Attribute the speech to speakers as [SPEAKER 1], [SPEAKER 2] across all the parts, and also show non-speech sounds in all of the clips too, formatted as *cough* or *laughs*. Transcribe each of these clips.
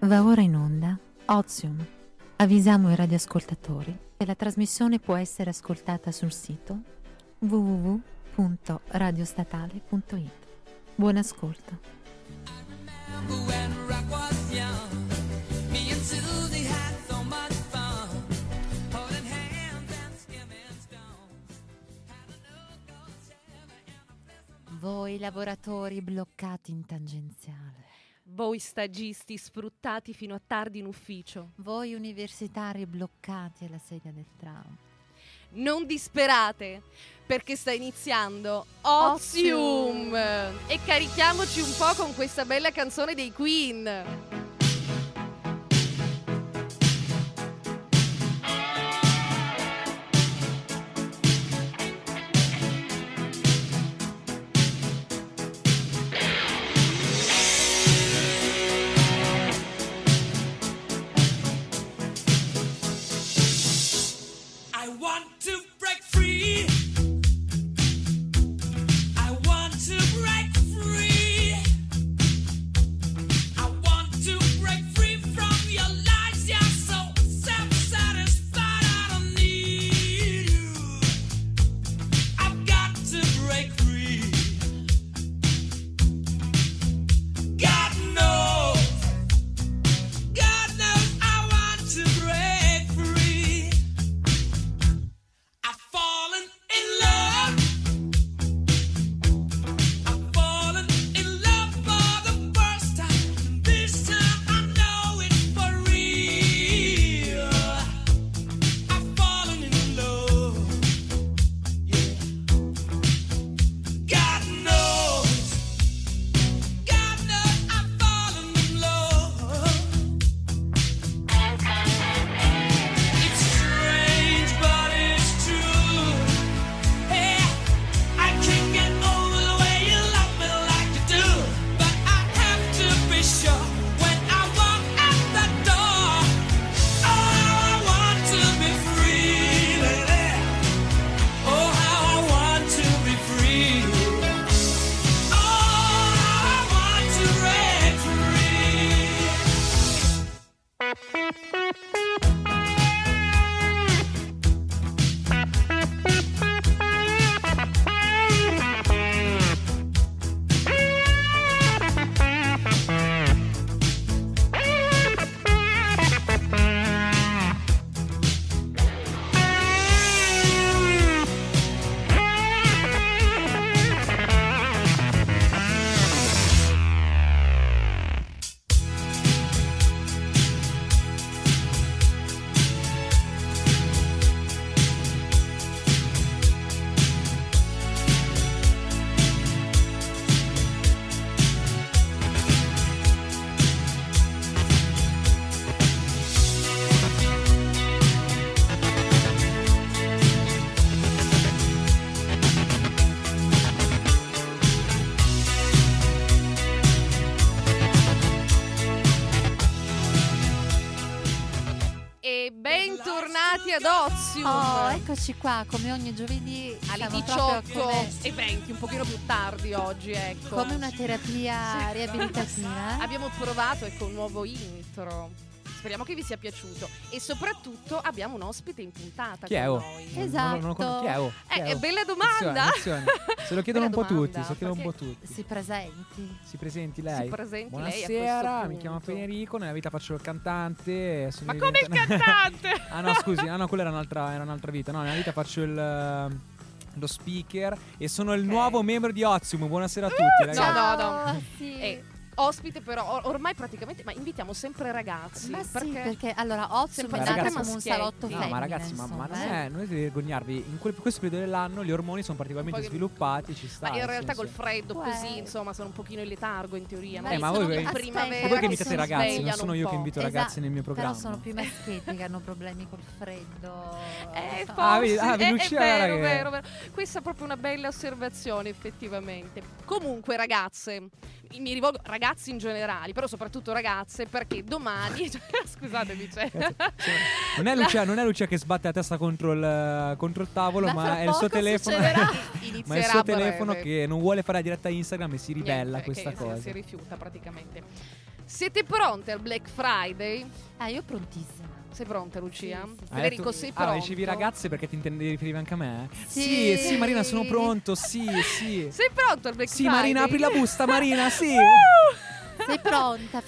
[SPEAKER 1] Va ora in onda Ozium. Avvisiamo i radioascoltatori che la trasmissione può essere ascoltata sul sito www.radiostatale.it. Buon ascolto. Voi lavoratori bloccati in tangenziale.
[SPEAKER 2] Voi stagisti sfruttati fino a tardi in ufficio.
[SPEAKER 1] Voi universitari bloccati alla sedia del tram.
[SPEAKER 2] Non disperate, perché sta iniziando Ozium! E carichiamoci un po' con questa bella canzone dei Queen.
[SPEAKER 3] I want to break free. I want to break free. I want to break free from your lies. You're so self-satisfied. I don't need you. I've got to break free. God knows. God knows I want to break free. I've fallen in love. I've fallen in love for the first time. This time I know it's for real. I've fallen in love. Yeah. God knows. God knows I've fallen in love. It's strange, but it's true. Hey, I can't get over the way you love me like you do. But I have to be sure when I walk out the door. Oh, how I want to be free, lady. Oh, how I want to be free. Oh, how I want to break free.
[SPEAKER 2] E bentornati ad Ozium!
[SPEAKER 1] Oh, eccoci qua, come ogni giovedì
[SPEAKER 2] alle
[SPEAKER 1] siamo proprio
[SPEAKER 2] 18
[SPEAKER 1] come,
[SPEAKER 2] e 20, un pochino più tardi oggi, ecco.
[SPEAKER 1] come una terapia riabilitativa.
[SPEAKER 2] Abbiamo provato ecco un nuovo intro. Speriamo che vi sia piaciuto e soprattutto abbiamo un ospite in puntata
[SPEAKER 4] Chi è?
[SPEAKER 2] con
[SPEAKER 4] oh?
[SPEAKER 2] noi.
[SPEAKER 4] Non- non-
[SPEAKER 1] Esatto.
[SPEAKER 4] non- non- chi è? oh? Chi
[SPEAKER 2] Eh,
[SPEAKER 4] è,
[SPEAKER 2] è
[SPEAKER 4] oh?
[SPEAKER 2] bella
[SPEAKER 4] Attenzione,
[SPEAKER 2] domanda. *laughs*
[SPEAKER 4] attenzione. Se lo chiedono un
[SPEAKER 2] Bella
[SPEAKER 4] po' tutti,
[SPEAKER 2] domanda,
[SPEAKER 4] se lo chiedono un po'
[SPEAKER 2] perché
[SPEAKER 4] tutti.
[SPEAKER 1] Si presenti.
[SPEAKER 4] Si presenti
[SPEAKER 2] Si
[SPEAKER 4] lei.
[SPEAKER 2] presenti lei a questo
[SPEAKER 4] Buonasera, mi
[SPEAKER 2] punto.
[SPEAKER 4] chiamo Federico, nella vita faccio il cantante. sono
[SPEAKER 2] Ma come il
[SPEAKER 4] diventato-
[SPEAKER 2] cantante?
[SPEAKER 4] *laughs* ah no, scusi, ah no, quella era un'altra, era un'altra vita. No, nella vita faccio il eh, lo speaker e sono il
[SPEAKER 2] Ok. Uh,
[SPEAKER 4] nuovo membro di Ozium. Buonasera a tutti, ragazzi.
[SPEAKER 2] no, no,
[SPEAKER 1] Ciao, sì.
[SPEAKER 2] *laughs* Eh, ospite però or- ormai praticamente ma invitiamo sempre ragazzi
[SPEAKER 1] Ma
[SPEAKER 2] perché
[SPEAKER 1] Ah, sì, perché allora Ozium
[SPEAKER 2] Sempre
[SPEAKER 1] è nato
[SPEAKER 4] ragazzi
[SPEAKER 1] come un
[SPEAKER 2] maschietti.
[SPEAKER 1] salotto
[SPEAKER 2] No,
[SPEAKER 4] No,
[SPEAKER 1] femmine
[SPEAKER 4] ma ragazzi, ma, ma non
[SPEAKER 1] insomma, eh.
[SPEAKER 4] è, non dovete vergognarvi. In quel- questo periodo dell'anno gli ormoni sono particolarmente
[SPEAKER 2] Un po' che-
[SPEAKER 4] sviluppati. Ci sta.
[SPEAKER 2] ma in
[SPEAKER 4] nel
[SPEAKER 2] realtà
[SPEAKER 4] senso-
[SPEAKER 2] col freddo
[SPEAKER 1] Uè.
[SPEAKER 2] così insomma sono un pochino in letargo in teoria
[SPEAKER 1] Ma
[SPEAKER 2] magari
[SPEAKER 4] Eh, ma
[SPEAKER 2] sono
[SPEAKER 4] voi-
[SPEAKER 2] in
[SPEAKER 4] Aspetta,
[SPEAKER 1] ma
[SPEAKER 2] primavera
[SPEAKER 4] Ma voi che
[SPEAKER 1] Però
[SPEAKER 4] invitate
[SPEAKER 1] si
[SPEAKER 4] i ragazzi, non
[SPEAKER 2] svegliano
[SPEAKER 4] sono
[SPEAKER 2] un
[SPEAKER 4] io che
[SPEAKER 2] po'.
[SPEAKER 4] invito
[SPEAKER 1] Esatto,
[SPEAKER 4] ragazzi nel mio
[SPEAKER 1] Però
[SPEAKER 4] programma.
[SPEAKER 1] sono
[SPEAKER 2] *laughs*
[SPEAKER 1] più maschietti che hanno problemi col freddo.
[SPEAKER 2] Eh,
[SPEAKER 1] insomma.
[SPEAKER 4] Ah, vedi-
[SPEAKER 2] forse,
[SPEAKER 4] ah,
[SPEAKER 2] è- è
[SPEAKER 4] Lucia,
[SPEAKER 2] vero,
[SPEAKER 4] che-
[SPEAKER 2] vero, vero. Questa è proprio una bella osservazione, effettivamente. Comunque, ragazze, mi rivolgo ragazzi in generale, però soprattutto ragazze, perché domani. *laughs* scusatemi, cioè.
[SPEAKER 4] Eh, Non è, Lucia, non è Lucia che sbatte la testa contro il, contro il tavolo, ma,
[SPEAKER 1] Ma fra
[SPEAKER 4] eh, è il suo
[SPEAKER 1] poco
[SPEAKER 4] telefono. *laughs*
[SPEAKER 1] succederà.
[SPEAKER 2] Inizierà
[SPEAKER 4] ma è il suo
[SPEAKER 2] a breve.
[SPEAKER 4] telefono che non vuole fare la diretta Instagram e si ribella a
[SPEAKER 2] Niente, cioè,
[SPEAKER 4] questa
[SPEAKER 2] che si-
[SPEAKER 4] cosa.
[SPEAKER 2] Si rifiuta praticamente. Siete pronte al Black Friday?
[SPEAKER 1] Ah, io prontissima.
[SPEAKER 2] Sei pronta, Lucia?
[SPEAKER 1] Sì, sì, sì.
[SPEAKER 2] Federico,
[SPEAKER 4] Ah, hai detto-
[SPEAKER 2] sei pronto?
[SPEAKER 4] Ah, dicevi ragazze perché ti intendevi riferire anche a me?
[SPEAKER 1] Sì.
[SPEAKER 4] sì, Marina, sono pronto. Sì, sì.
[SPEAKER 2] Sei pronto al Black
[SPEAKER 4] Sì,
[SPEAKER 2] Friday?
[SPEAKER 4] Marina, apri la busta, Marina, sì.
[SPEAKER 2] Uh!
[SPEAKER 1] Sei pronta,
[SPEAKER 4] Ragazzi,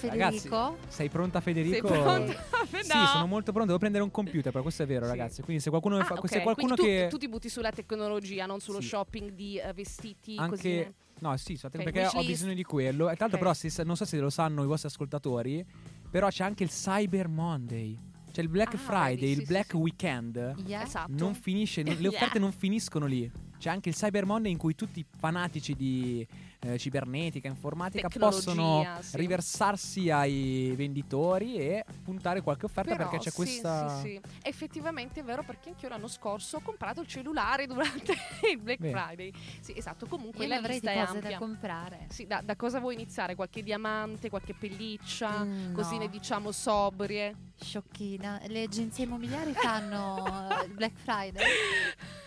[SPEAKER 1] Federico?
[SPEAKER 4] sei pronta, Federico?
[SPEAKER 2] Sei pronta? no.
[SPEAKER 4] Sì, sono molto pronto. Devo prendere un computer, però questo è vero,
[SPEAKER 2] Sì.
[SPEAKER 4] ragazzi. Quindi se qualcuno,
[SPEAKER 2] Ah,
[SPEAKER 4] fa,
[SPEAKER 2] ok,
[SPEAKER 4] se
[SPEAKER 2] quindi
[SPEAKER 4] qualcuno
[SPEAKER 2] tu-
[SPEAKER 4] che.
[SPEAKER 2] tu, ti butti sulla tecnologia, non sullo
[SPEAKER 4] Sì.
[SPEAKER 2] shopping di eh, vestiti
[SPEAKER 4] anche
[SPEAKER 2] così. eh?
[SPEAKER 4] no sì so-
[SPEAKER 2] Ok,
[SPEAKER 4] perché ho
[SPEAKER 2] wishlist.
[SPEAKER 4] bisogno di quello e tra l'altro
[SPEAKER 2] Cioè, Ok.
[SPEAKER 4] però se sa- non so se lo sanno i vostri ascoltatori però c'è anche il Cyber Monday c'è il Black
[SPEAKER 2] Ah,
[SPEAKER 4] Friday
[SPEAKER 2] vedi, sì,
[SPEAKER 4] il
[SPEAKER 2] sì,
[SPEAKER 4] Black
[SPEAKER 2] sì.
[SPEAKER 4] Weekend
[SPEAKER 1] Yeah.
[SPEAKER 2] Esatto.
[SPEAKER 4] non finisce non- le
[SPEAKER 1] Yeah.
[SPEAKER 4] offerte non finiscono lì c'è anche il Cyber Monday in cui tutti i fanatici di eh, cibernetica informatica
[SPEAKER 2] Tecnologia,
[SPEAKER 4] possono
[SPEAKER 2] sì.
[SPEAKER 4] riversarsi ai venditori e puntare qualche offerta
[SPEAKER 2] Però,
[SPEAKER 4] perché c'è
[SPEAKER 2] sì,
[SPEAKER 4] questa
[SPEAKER 2] sì, sì. Effettivamente è vero perché anch'io l'anno scorso ho comprato il cellulare durante *laughs* il Black
[SPEAKER 4] Bene.
[SPEAKER 2] Friday. Sì, esatto, comunque
[SPEAKER 1] Io ne
[SPEAKER 2] la
[SPEAKER 1] avrei di
[SPEAKER 2] lista è
[SPEAKER 1] cose
[SPEAKER 2] ampia.
[SPEAKER 1] da comprare.
[SPEAKER 2] sì, da, da cosa vuoi iniziare? Qualche diamante, qualche pelliccia,
[SPEAKER 1] Mm,
[SPEAKER 2] così
[SPEAKER 1] no.
[SPEAKER 2] ne diciamo sobrie.
[SPEAKER 1] Sciocchina. Le agenzie immobiliari fanno eh, il Black Friday.
[SPEAKER 2] *laughs*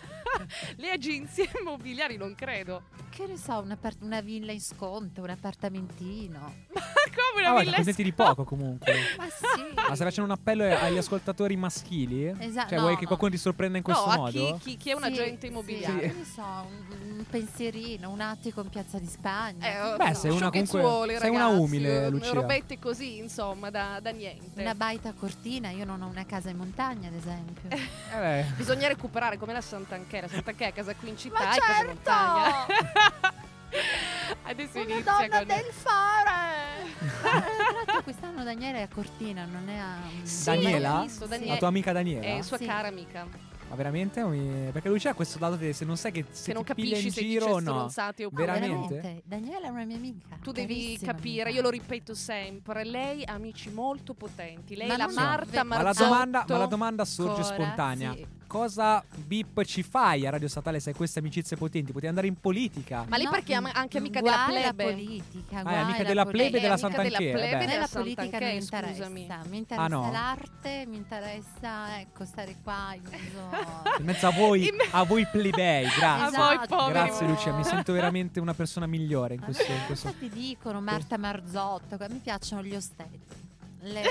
[SPEAKER 2] Le agenzie immobiliari non credo.
[SPEAKER 1] Che ne so, una, part- una villa in sconto, un appartamentino.
[SPEAKER 2] Ma come
[SPEAKER 4] Ah,
[SPEAKER 2] una
[SPEAKER 4] guarda,
[SPEAKER 2] villa
[SPEAKER 4] contenti
[SPEAKER 2] *laughs*
[SPEAKER 4] di poco comunque
[SPEAKER 1] Ma sì.
[SPEAKER 4] Ma se facendo un appello agli ascoltatori maschili,
[SPEAKER 1] Esatto,
[SPEAKER 4] cioè
[SPEAKER 1] no,
[SPEAKER 4] vuoi che
[SPEAKER 1] no.
[SPEAKER 4] qualcuno ti sorprenda in questo
[SPEAKER 2] no,
[SPEAKER 4] modo?
[SPEAKER 2] a chi, chi, chi è un
[SPEAKER 1] Sì,
[SPEAKER 2] agente
[SPEAKER 1] sì.
[SPEAKER 2] immobiliare?
[SPEAKER 1] Che ne so, un, un pensierino, un attico in Piazza di
[SPEAKER 2] Eh,
[SPEAKER 1] Spagna.
[SPEAKER 2] oh,
[SPEAKER 4] Beh,
[SPEAKER 2] no.
[SPEAKER 4] sei una comunque-
[SPEAKER 2] Sciocchezzuole,
[SPEAKER 4] sei una
[SPEAKER 2] ragazzi,
[SPEAKER 4] umile,
[SPEAKER 2] eh,
[SPEAKER 4] Lucia.
[SPEAKER 2] Robette così, insomma, da, da niente.
[SPEAKER 1] Una baita a cortina, io non ho una casa in montagna, ad esempio.
[SPEAKER 4] Eh beh.
[SPEAKER 2] Bisogna recuperare come la Sant'Anchè. La Sant'Anchè è casa qui in città.
[SPEAKER 1] Ma
[SPEAKER 2] è casa in
[SPEAKER 1] certo!
[SPEAKER 2] montagna. *laughs* Adesso
[SPEAKER 1] una
[SPEAKER 2] inizia
[SPEAKER 1] donna
[SPEAKER 2] con...
[SPEAKER 1] del fare! Ah, Tra l'altro quest'anno Daniele è a cortina, non è a...
[SPEAKER 2] Sì,
[SPEAKER 4] Daniela?
[SPEAKER 2] ho visto, Daniele.
[SPEAKER 4] La tua amica Daniela?
[SPEAKER 2] È Eh, sua
[SPEAKER 1] Sì.
[SPEAKER 2] cara amica.
[SPEAKER 4] Ma veramente? Mi- Perché lui c'ha questo dato di se non sai che se
[SPEAKER 2] che non
[SPEAKER 4] ti piglia
[SPEAKER 2] capisci
[SPEAKER 4] in
[SPEAKER 2] se
[SPEAKER 4] giro
[SPEAKER 2] dice
[SPEAKER 4] o no.
[SPEAKER 2] stronzate oppure
[SPEAKER 1] Daniela
[SPEAKER 4] veramente?
[SPEAKER 1] Ah, Daniela è una mia amica.
[SPEAKER 2] Tu devi
[SPEAKER 1] carissima
[SPEAKER 2] capire,
[SPEAKER 1] amica.
[SPEAKER 2] io lo ripeto sempre, lei ha amici molto potenti, lei
[SPEAKER 1] Ma
[SPEAKER 2] è la
[SPEAKER 1] non so. Ma
[SPEAKER 2] Marta
[SPEAKER 4] Ma la,
[SPEAKER 2] Marzotto.
[SPEAKER 4] domanda, ma la domanda sorge
[SPEAKER 1] Ancora,
[SPEAKER 4] spontanea.
[SPEAKER 1] sì.
[SPEAKER 4] Cosa Bip ci fai a Radio Statale se hai queste amicizie potenti? Potevi andare in politica.
[SPEAKER 2] Ma lei
[SPEAKER 1] No,
[SPEAKER 2] perché è am- anche amica della
[SPEAKER 1] guai la
[SPEAKER 2] plebe?
[SPEAKER 1] politica,
[SPEAKER 4] Ah, è
[SPEAKER 1] guai
[SPEAKER 4] amica
[SPEAKER 1] la politica.
[SPEAKER 4] della plebe
[SPEAKER 2] Lei è
[SPEAKER 4] della
[SPEAKER 2] amica della
[SPEAKER 4] Sant'Anchè,
[SPEAKER 2] plebe
[SPEAKER 4] eh beh.
[SPEAKER 1] A me
[SPEAKER 2] della
[SPEAKER 1] la politica non
[SPEAKER 2] Sant'Anchè,
[SPEAKER 1] mi interessa,
[SPEAKER 2] scusami.
[SPEAKER 1] mi interessa
[SPEAKER 4] no?
[SPEAKER 1] l'arte, mi interessa ecco, stare qua in mezzo.
[SPEAKER 2] *laughs*
[SPEAKER 4] In mezzo a voi,
[SPEAKER 2] In me-
[SPEAKER 4] a voi plebei, grazie.
[SPEAKER 2] A
[SPEAKER 1] Esatto.
[SPEAKER 2] voi poveri.
[SPEAKER 4] Grazie
[SPEAKER 1] povero.
[SPEAKER 4] Lucia,
[SPEAKER 2] *laughs*
[SPEAKER 4] mi sento veramente una persona migliore in
[SPEAKER 1] Ma
[SPEAKER 4] questo... in
[SPEAKER 1] cosa
[SPEAKER 4] questo-
[SPEAKER 1] ti dicono Marta Marzotto? que- Mi piacciono gli ostelli. Le,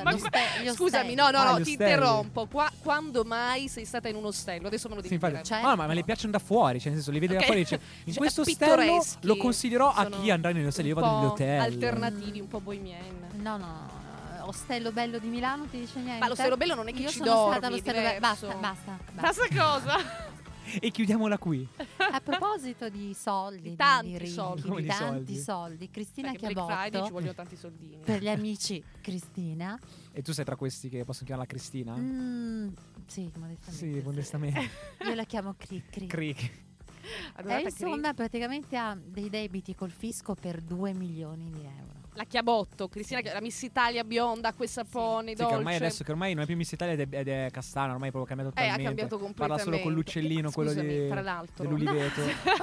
[SPEAKER 2] *laughs*
[SPEAKER 1] eh,
[SPEAKER 2] Ma
[SPEAKER 1] lo
[SPEAKER 2] qua-
[SPEAKER 1] ste- gli ostelli.
[SPEAKER 2] Scusami, no, no,
[SPEAKER 4] Ah,
[SPEAKER 2] no,
[SPEAKER 4] gli
[SPEAKER 2] ti
[SPEAKER 4] ostelli.
[SPEAKER 2] interrompo. Qua- quando mai sei stata in un ostello? Adesso me lo
[SPEAKER 4] Sì,
[SPEAKER 2] devi
[SPEAKER 4] infatti.
[SPEAKER 2] dire.
[SPEAKER 1] Certo.
[SPEAKER 4] Ah, ma, ma le piacciono da fuori, cioè nel senso, le vede
[SPEAKER 2] eh. Ok.
[SPEAKER 4] da fuori e
[SPEAKER 2] *laughs*
[SPEAKER 4] dice, in
[SPEAKER 2] Cioè,
[SPEAKER 4] questo ostello
[SPEAKER 2] pittoreschi,
[SPEAKER 4] lo considerò a
[SPEAKER 2] sono
[SPEAKER 4] chi andrà nell'ostello, io
[SPEAKER 2] un
[SPEAKER 4] vado
[SPEAKER 2] po'
[SPEAKER 4] nell'hotel.
[SPEAKER 2] Alternativi, un po' bohemien.
[SPEAKER 1] No, no, no, no, Ostello Bello di Milano ti dice niente.
[SPEAKER 2] Ma l'ostello bello non è che
[SPEAKER 1] Io
[SPEAKER 2] ci
[SPEAKER 1] sono
[SPEAKER 2] dormi,
[SPEAKER 1] stata
[SPEAKER 2] è
[SPEAKER 1] all'ostello bello. Basta,
[SPEAKER 2] diverso.
[SPEAKER 1] basta.
[SPEAKER 2] Ma *laughs*
[SPEAKER 1] basta.
[SPEAKER 2] sai cosa?
[SPEAKER 4] E chiudiamola qui.
[SPEAKER 1] A proposito di soldi,
[SPEAKER 2] Di tanti
[SPEAKER 1] ricchi,
[SPEAKER 2] soldi.
[SPEAKER 4] Come
[SPEAKER 1] di
[SPEAKER 4] di
[SPEAKER 1] tanti
[SPEAKER 4] soldi?
[SPEAKER 1] soldi, Cristina
[SPEAKER 2] Perché Black Friday ci
[SPEAKER 1] Chiabotto,
[SPEAKER 2] vogliono tanti soldini.
[SPEAKER 1] per
[SPEAKER 2] *laughs*
[SPEAKER 1] gli amici Cristina,
[SPEAKER 4] E tu sei tra questi che possono chiamarla Cristina?
[SPEAKER 2] Ah.
[SPEAKER 1] mm, sì, modestamente.
[SPEAKER 4] Sì, modestamente.
[SPEAKER 2] *laughs*
[SPEAKER 1] Io la chiamo Cri Cri.
[SPEAKER 4] Cric.
[SPEAKER 1] E
[SPEAKER 2] Adorata
[SPEAKER 1] insomma, praticamente ha dei debiti col fisco per 2 milioni di euro.
[SPEAKER 2] Cri- la Chiabotto, Cristina, Chia- la Miss Italia bionda, acqua e sapone,
[SPEAKER 4] Sì, che
[SPEAKER 2] dolce.
[SPEAKER 4] ormai adesso che ormai non è più Miss Italia ed è, ed è castana, ormai è proprio cambiato
[SPEAKER 2] eh, ha
[SPEAKER 4] totalmente.
[SPEAKER 2] cambiato completamente. Eh,
[SPEAKER 4] Parla solo con l'uccellino, quello
[SPEAKER 2] Scusami,
[SPEAKER 4] di-
[SPEAKER 2] tra l'altro. *laughs*
[SPEAKER 4] dell'uliveto.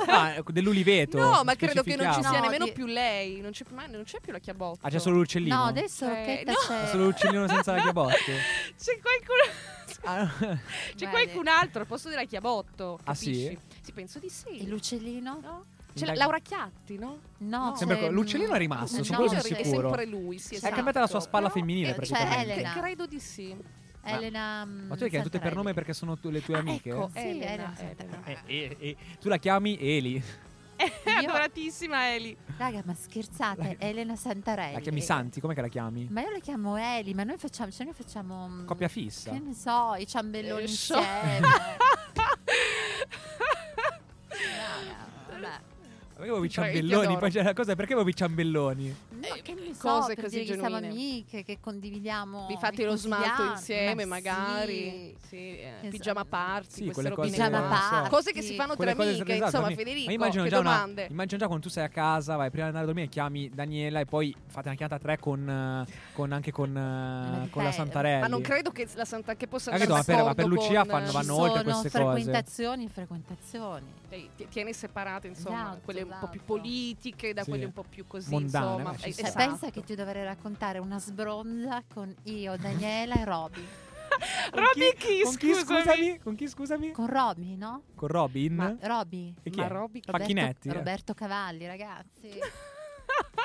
[SPEAKER 4] Ah, ecco, dell'uliveto.
[SPEAKER 2] No, ma credo che non ci sia
[SPEAKER 1] No,
[SPEAKER 2] nemmeno
[SPEAKER 1] di-
[SPEAKER 2] più lei. Non c'è, ma non c'è più la Chiabotto.
[SPEAKER 4] Ah, c'è solo l'uccellino.
[SPEAKER 1] No, adesso
[SPEAKER 2] Cioè,
[SPEAKER 1] Rocchetta
[SPEAKER 2] no.
[SPEAKER 1] c'è.
[SPEAKER 4] C'è solo
[SPEAKER 1] *laughs*
[SPEAKER 4] l'uccellino
[SPEAKER 2] *laughs*
[SPEAKER 4] senza la chiabotte.
[SPEAKER 2] C'è qualcuno.
[SPEAKER 4] Ah, no.
[SPEAKER 2] *laughs* C'è
[SPEAKER 1] Bene.
[SPEAKER 2] qualcun altro al posto della Chiabotto.
[SPEAKER 4] Ah, sì?
[SPEAKER 2] capisci? Sì, penso di
[SPEAKER 1] E
[SPEAKER 2] sì.
[SPEAKER 1] l'uccellino?
[SPEAKER 2] no? C'è la
[SPEAKER 4] Dai.
[SPEAKER 2] Laura Chiatti, no?
[SPEAKER 1] No,
[SPEAKER 2] No.
[SPEAKER 1] c'è,
[SPEAKER 4] Sembra che- l'uccellino è rimasto,
[SPEAKER 1] No,
[SPEAKER 4] su quello sono
[SPEAKER 1] c'è-
[SPEAKER 2] è
[SPEAKER 4] sicuro.
[SPEAKER 2] sempre lui, sì,
[SPEAKER 1] È
[SPEAKER 2] esatto.
[SPEAKER 4] cambiata la sua spalla
[SPEAKER 2] Però-
[SPEAKER 4] femminile,
[SPEAKER 2] eh,
[SPEAKER 1] praticamente.
[SPEAKER 2] C'è
[SPEAKER 1] Elena.
[SPEAKER 2] Elena. Credo di sì.
[SPEAKER 1] *laughs* Elena. mm,
[SPEAKER 4] Ma tu le chiami tutte per
[SPEAKER 1] Santarelli.
[SPEAKER 4] nome perché sono tu- le tue
[SPEAKER 2] Ah,
[SPEAKER 4] amiche?
[SPEAKER 2] Ecco,
[SPEAKER 1] Sì,
[SPEAKER 2] Elena,
[SPEAKER 1] Elena, sì.
[SPEAKER 2] Elena.
[SPEAKER 4] Eh, eh, eh, tu la chiami Eli,
[SPEAKER 2] È adoratissima Eli.
[SPEAKER 1] Raga, ma scherzate, Elena Santarelli.
[SPEAKER 4] la chiami Santi, come che la chiami?
[SPEAKER 1] Ma io la chiamo Eli, ma noi facciamo. Cioè, noi facciamo. mm,
[SPEAKER 4] Coppia fissa.
[SPEAKER 1] Che ne so, i ciambelloni
[SPEAKER 2] Eh, so- *laughs*
[SPEAKER 1] insieme. Raga, vabbè.
[SPEAKER 4] Perché avevo i
[SPEAKER 2] Cioè, io ti
[SPEAKER 4] ciambelloni?
[SPEAKER 2] adoro.
[SPEAKER 4] Poi c'è la cosa, perché avevo i ciambelloni?
[SPEAKER 1] No,
[SPEAKER 2] Eh,
[SPEAKER 1] che ne so,
[SPEAKER 2] cose
[SPEAKER 1] per
[SPEAKER 2] così
[SPEAKER 1] dire che siamo
[SPEAKER 2] genuine.
[SPEAKER 1] amiche, che condividiamo.
[SPEAKER 2] Vi fate lo
[SPEAKER 1] il
[SPEAKER 2] smalto
[SPEAKER 1] quotidiano,
[SPEAKER 2] insieme,
[SPEAKER 1] ma
[SPEAKER 2] magari.
[SPEAKER 1] sì.
[SPEAKER 2] Sì, eh,
[SPEAKER 1] Esatto.
[SPEAKER 2] pigiama party,
[SPEAKER 4] Sì,
[SPEAKER 2] queste
[SPEAKER 4] quelle
[SPEAKER 2] robine
[SPEAKER 4] cose-
[SPEAKER 2] qua.
[SPEAKER 1] Pigiama party.
[SPEAKER 2] Cose che si fanno tra
[SPEAKER 4] Quelle cose-
[SPEAKER 2] amiche,
[SPEAKER 4] esatto,
[SPEAKER 2] insomma,
[SPEAKER 4] amiche.
[SPEAKER 2] Federico,
[SPEAKER 4] Ma immagino
[SPEAKER 2] che
[SPEAKER 4] già, una-
[SPEAKER 2] domande.
[SPEAKER 4] immagino già quando tu sei a casa, vai prima di andare a dormire, chiami Daniela e poi fate una chiamata a tre con, eh, con- anche con, eh,
[SPEAKER 1] di
[SPEAKER 4] con
[SPEAKER 1] te-
[SPEAKER 4] la Santarelli.
[SPEAKER 2] Ma non credo che la Santa che possa
[SPEAKER 4] Ah, che
[SPEAKER 2] andare
[SPEAKER 4] no, ma per- ma per
[SPEAKER 2] d'accordo
[SPEAKER 4] Lucia
[SPEAKER 2] con,
[SPEAKER 4] fanno-
[SPEAKER 2] eh,
[SPEAKER 4] vanno
[SPEAKER 1] Ci
[SPEAKER 4] oltre
[SPEAKER 1] sono
[SPEAKER 4] queste cose.
[SPEAKER 1] frequentazioni, frequentazioni.
[SPEAKER 2] Dai, ti- tieni separate, insomma,
[SPEAKER 1] Esatto,
[SPEAKER 2] quelle un po' più
[SPEAKER 1] esatto.
[SPEAKER 2] politiche da
[SPEAKER 4] Sì.
[SPEAKER 2] quelle un po' più così,
[SPEAKER 4] Mondane,
[SPEAKER 2] insomma.
[SPEAKER 4] ma ci
[SPEAKER 2] Eh,
[SPEAKER 4] sta.
[SPEAKER 1] Cioè,
[SPEAKER 2] esatto.
[SPEAKER 1] pensa che ti dovrei raccontare una sbronza con io, Daniela e Roby.
[SPEAKER 4] Con
[SPEAKER 2] Roby chi,
[SPEAKER 4] con chi,
[SPEAKER 2] scusami?
[SPEAKER 4] *laughs* scusami? Con chi, scusami?
[SPEAKER 1] Con Roby, no?
[SPEAKER 4] Con
[SPEAKER 2] Mm.
[SPEAKER 4] Robin?
[SPEAKER 1] Ma Roby.
[SPEAKER 4] e chi
[SPEAKER 2] Ma
[SPEAKER 4] è?
[SPEAKER 2] Roby-
[SPEAKER 1] Roberto-
[SPEAKER 2] eh.
[SPEAKER 4] Facchinetti? eh.
[SPEAKER 1] Roberto Cavalli, ragazzi.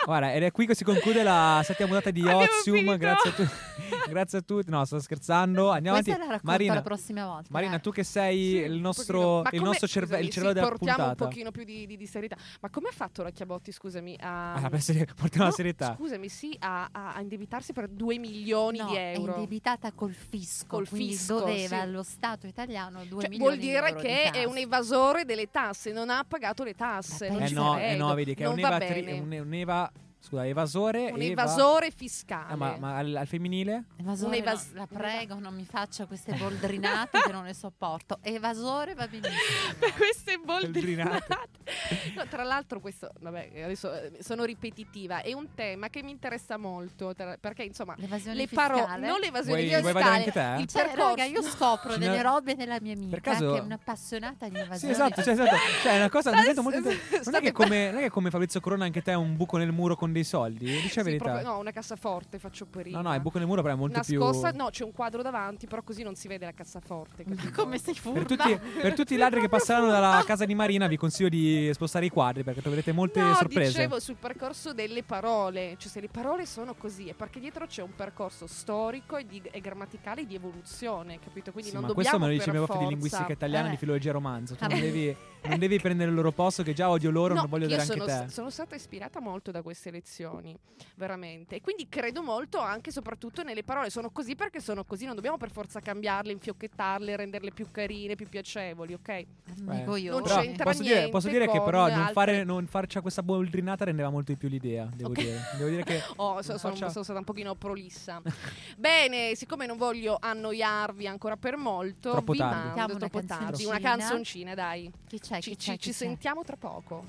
[SPEAKER 4] Guarda, ed è qui che si conclude la settima puntata di
[SPEAKER 2] Abbiamo
[SPEAKER 4] Ozium.
[SPEAKER 2] finito.
[SPEAKER 4] Grazie a, tu- *laughs* grazie a tutti. No, sto scherzando. Andiamo
[SPEAKER 1] Questa la
[SPEAKER 4] avanti.
[SPEAKER 1] racconto
[SPEAKER 4] Marina,
[SPEAKER 1] la prossima volta.
[SPEAKER 4] Marina,
[SPEAKER 1] dai.
[SPEAKER 4] tu che sei
[SPEAKER 2] Sì,
[SPEAKER 4] il
[SPEAKER 2] un
[SPEAKER 4] nostro,
[SPEAKER 2] pochino. Ma
[SPEAKER 4] il
[SPEAKER 2] come-
[SPEAKER 4] nostro cerve-
[SPEAKER 2] scusami,
[SPEAKER 4] il cervello
[SPEAKER 2] sì,
[SPEAKER 4] della
[SPEAKER 2] portiamo
[SPEAKER 4] puntata.
[SPEAKER 2] un pochino più di, di, di serietà. Ma come ha fatto la Chiabotti, scusami, a...
[SPEAKER 4] Ah, penso che portiamo la
[SPEAKER 2] No,
[SPEAKER 4] serietà.
[SPEAKER 2] Oh, Scusami, sì, a, a- a indebitarsi per 2 milioni
[SPEAKER 1] No,
[SPEAKER 2] di
[SPEAKER 1] è
[SPEAKER 2] euro.
[SPEAKER 1] indebitata col fisco,
[SPEAKER 2] Col
[SPEAKER 1] quindi
[SPEAKER 2] fisco,
[SPEAKER 1] doveva
[SPEAKER 2] sì.
[SPEAKER 1] allo Stato italiano 2
[SPEAKER 2] Cioè,
[SPEAKER 1] milioni
[SPEAKER 2] vuol
[SPEAKER 1] di
[SPEAKER 2] dire
[SPEAKER 1] euro di
[SPEAKER 2] che è un
[SPEAKER 1] tasse.
[SPEAKER 2] evasore delle tasse, non ha pagato le tasse.
[SPEAKER 1] Ma
[SPEAKER 2] non
[SPEAKER 4] Eh
[SPEAKER 2] ci
[SPEAKER 4] no, eh
[SPEAKER 2] credo,
[SPEAKER 4] no, vedi che è
[SPEAKER 2] non
[SPEAKER 4] un,
[SPEAKER 2] va
[SPEAKER 4] eva, tri-
[SPEAKER 2] bene.
[SPEAKER 4] un, un eva- scusa, evasore.
[SPEAKER 2] Un
[SPEAKER 4] eva-
[SPEAKER 2] evasore
[SPEAKER 4] Ah,
[SPEAKER 2] fiscale.
[SPEAKER 4] ma, ma al, al femminile?
[SPEAKER 1] Evasore,
[SPEAKER 2] un evas-
[SPEAKER 1] no, la prego, non mi faccia queste boldrinate che non ne sopporto. Evasore va benissimo.
[SPEAKER 2] *laughs* per *laughs* queste
[SPEAKER 4] Boldrinate.
[SPEAKER 2] boldrinate. *laughs* No, tra l'altro, questo, vabbè, adesso eh, sono ripetitiva, è un tema che mi interessa molto tra- perché insomma.
[SPEAKER 1] L'evasione
[SPEAKER 2] Le
[SPEAKER 1] fiscale.
[SPEAKER 2] parole, non l'evasione
[SPEAKER 4] Vuoi-
[SPEAKER 2] fiscale,
[SPEAKER 4] vuoi vedere anche te?
[SPEAKER 2] il
[SPEAKER 1] Cioè,
[SPEAKER 2] percorso.
[SPEAKER 1] raga, io scopro
[SPEAKER 4] Ci
[SPEAKER 1] delle
[SPEAKER 4] ne-
[SPEAKER 1] roper robe della mia amica
[SPEAKER 4] caso-
[SPEAKER 1] che è un'appassionata di evasione.
[SPEAKER 4] Sì, esatto, cioè, esatto. Cioè, è una cosa. mi
[SPEAKER 2] State-
[SPEAKER 4] sento molto inter- non, è
[SPEAKER 2] state-
[SPEAKER 4] che come, non è che come Fabrizio Corona anche te hai un buco nel muro con dei soldi? Dici
[SPEAKER 2] *laughs* Sì,
[SPEAKER 4] la verità.
[SPEAKER 2] proprio- no, una cassaforte faccio prima.
[SPEAKER 4] no, no, è buco nel muro, però è molto
[SPEAKER 2] Nascosta,
[SPEAKER 4] più.
[SPEAKER 2] no, c'è un quadro davanti, però così non si vede la cassaforte.
[SPEAKER 1] Ma
[SPEAKER 2] capito?
[SPEAKER 1] come sei furba?
[SPEAKER 4] Per tutti, per tutti i ladri che passeranno dalla casa di Marina, vi consiglio di spostare i quadri perché troverete molte
[SPEAKER 2] no,
[SPEAKER 4] sorprese.
[SPEAKER 2] dicevo sul percorso delle parole, cioè se le parole sono così è perché dietro c'è un percorso storico e, di- e grammaticale di evoluzione, capito? Quindi
[SPEAKER 4] Sì,
[SPEAKER 2] non
[SPEAKER 4] ma
[SPEAKER 2] dobbiamo
[SPEAKER 4] questo me lo dice
[SPEAKER 2] per
[SPEAKER 4] mio prof di
[SPEAKER 2] forza-
[SPEAKER 4] linguistica italiana e di
[SPEAKER 1] Eh.
[SPEAKER 4] filologia romanzo. Tu
[SPEAKER 1] Ah,
[SPEAKER 4] non
[SPEAKER 1] beh.
[SPEAKER 4] devi, non devi prendere il loro posto, che già odio loro,
[SPEAKER 2] No,
[SPEAKER 4] non voglio
[SPEAKER 2] io
[SPEAKER 4] vedere
[SPEAKER 2] sono,
[SPEAKER 4] anche te.
[SPEAKER 2] s- sono stata ispirata molto da queste lezioni, veramente. E quindi credo molto anche e soprattutto nelle parole. Sono così perché sono così, non dobbiamo per forza cambiarle, infiocchettarle, renderle più carine, più piacevoli, ok?
[SPEAKER 1] Amico
[SPEAKER 4] Eh.
[SPEAKER 1] io.
[SPEAKER 2] non
[SPEAKER 4] Però
[SPEAKER 2] c'entra
[SPEAKER 4] posso dire, posso
[SPEAKER 2] niente
[SPEAKER 4] dire che però
[SPEAKER 2] con
[SPEAKER 4] non, fare,
[SPEAKER 2] altre-
[SPEAKER 4] non farci questa boldrinata rendeva molto di più l'idea, devo
[SPEAKER 2] Ok.
[SPEAKER 4] dire. Devo dire che
[SPEAKER 2] *laughs* Oh, so-
[SPEAKER 4] Non
[SPEAKER 2] sono,
[SPEAKER 4] faccia-
[SPEAKER 2] sono stata un pochino prolissa. *laughs* Bene, siccome non voglio annoiarvi ancora per molto,
[SPEAKER 4] Troppo
[SPEAKER 2] vi
[SPEAKER 4] tardi.
[SPEAKER 2] mando
[SPEAKER 1] Sentiamo una
[SPEAKER 2] troppo tardi una
[SPEAKER 1] canzoncina.
[SPEAKER 2] canzoncina, dai.
[SPEAKER 1] Chi c'è?
[SPEAKER 2] Ci,
[SPEAKER 1] Chi
[SPEAKER 2] ci-
[SPEAKER 1] c'è?
[SPEAKER 2] ci
[SPEAKER 1] chi c'è?
[SPEAKER 2] sentiamo tra poco.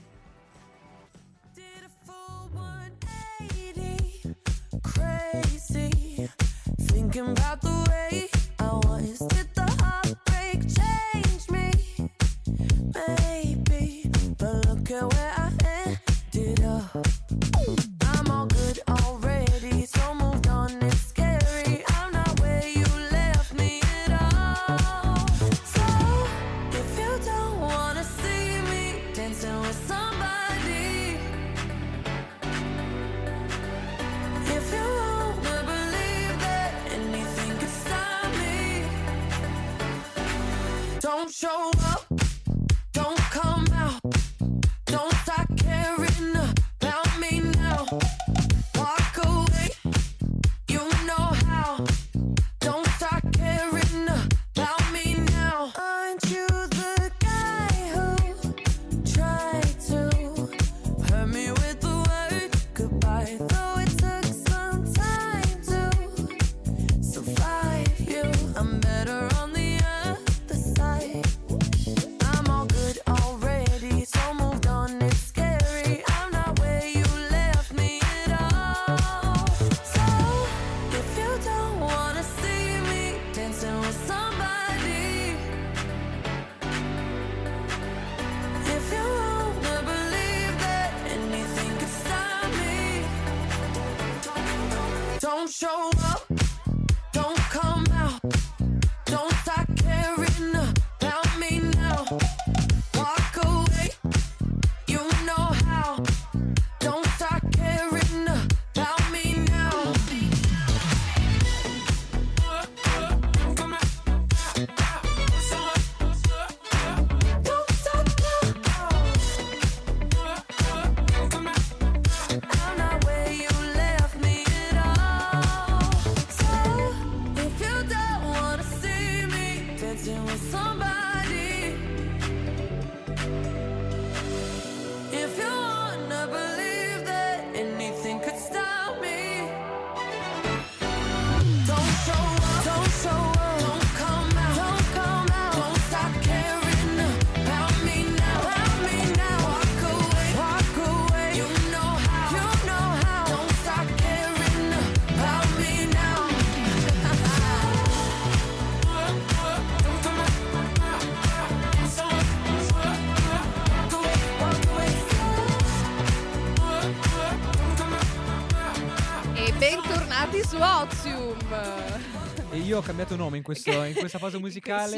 [SPEAKER 5] Did a full 180, crazy, thinking about the way I was. Did the heartbreak change me? Maybe, but look at where I ended up. I'm all good already, so moved on. It's scary. I'm not where you left me at all. So if you don't wanna see me dancing with somebody. If you won't believe that anything could stop me, don't show up, don't come out, don't start caring about me now. Walk away, you know how. Don't start caring about me now. Aren't you the guy who tried to? Hurt me with the word goodbye. Though it took some time to survive you, I'm better on the other side. I'm all good already, so moved on. It's scary. I'm not where you left me at all. So if you don't wanna see me dancing with somebody. If you wanna believe that anything could stop me, don't show up, don't come out, don't start caring about me now. Walk away, you know how. Don't start caring about me now. Don't stop now. I'm not where you left me at all. So if you don't wanna see me dancing with somebody, if you wanna believe that anything could stop me, don't show up, don't show up, don't come out, don't come out, don't stop caring about me now, about me now. Walk away, walk away, you know how, you know how. Don't stop caring about me now. Walk away, walk away.
[SPEAKER 2] E bentornati su Ozium.
[SPEAKER 4] E io ho cambiato nome in, questo- in questa fase musicale.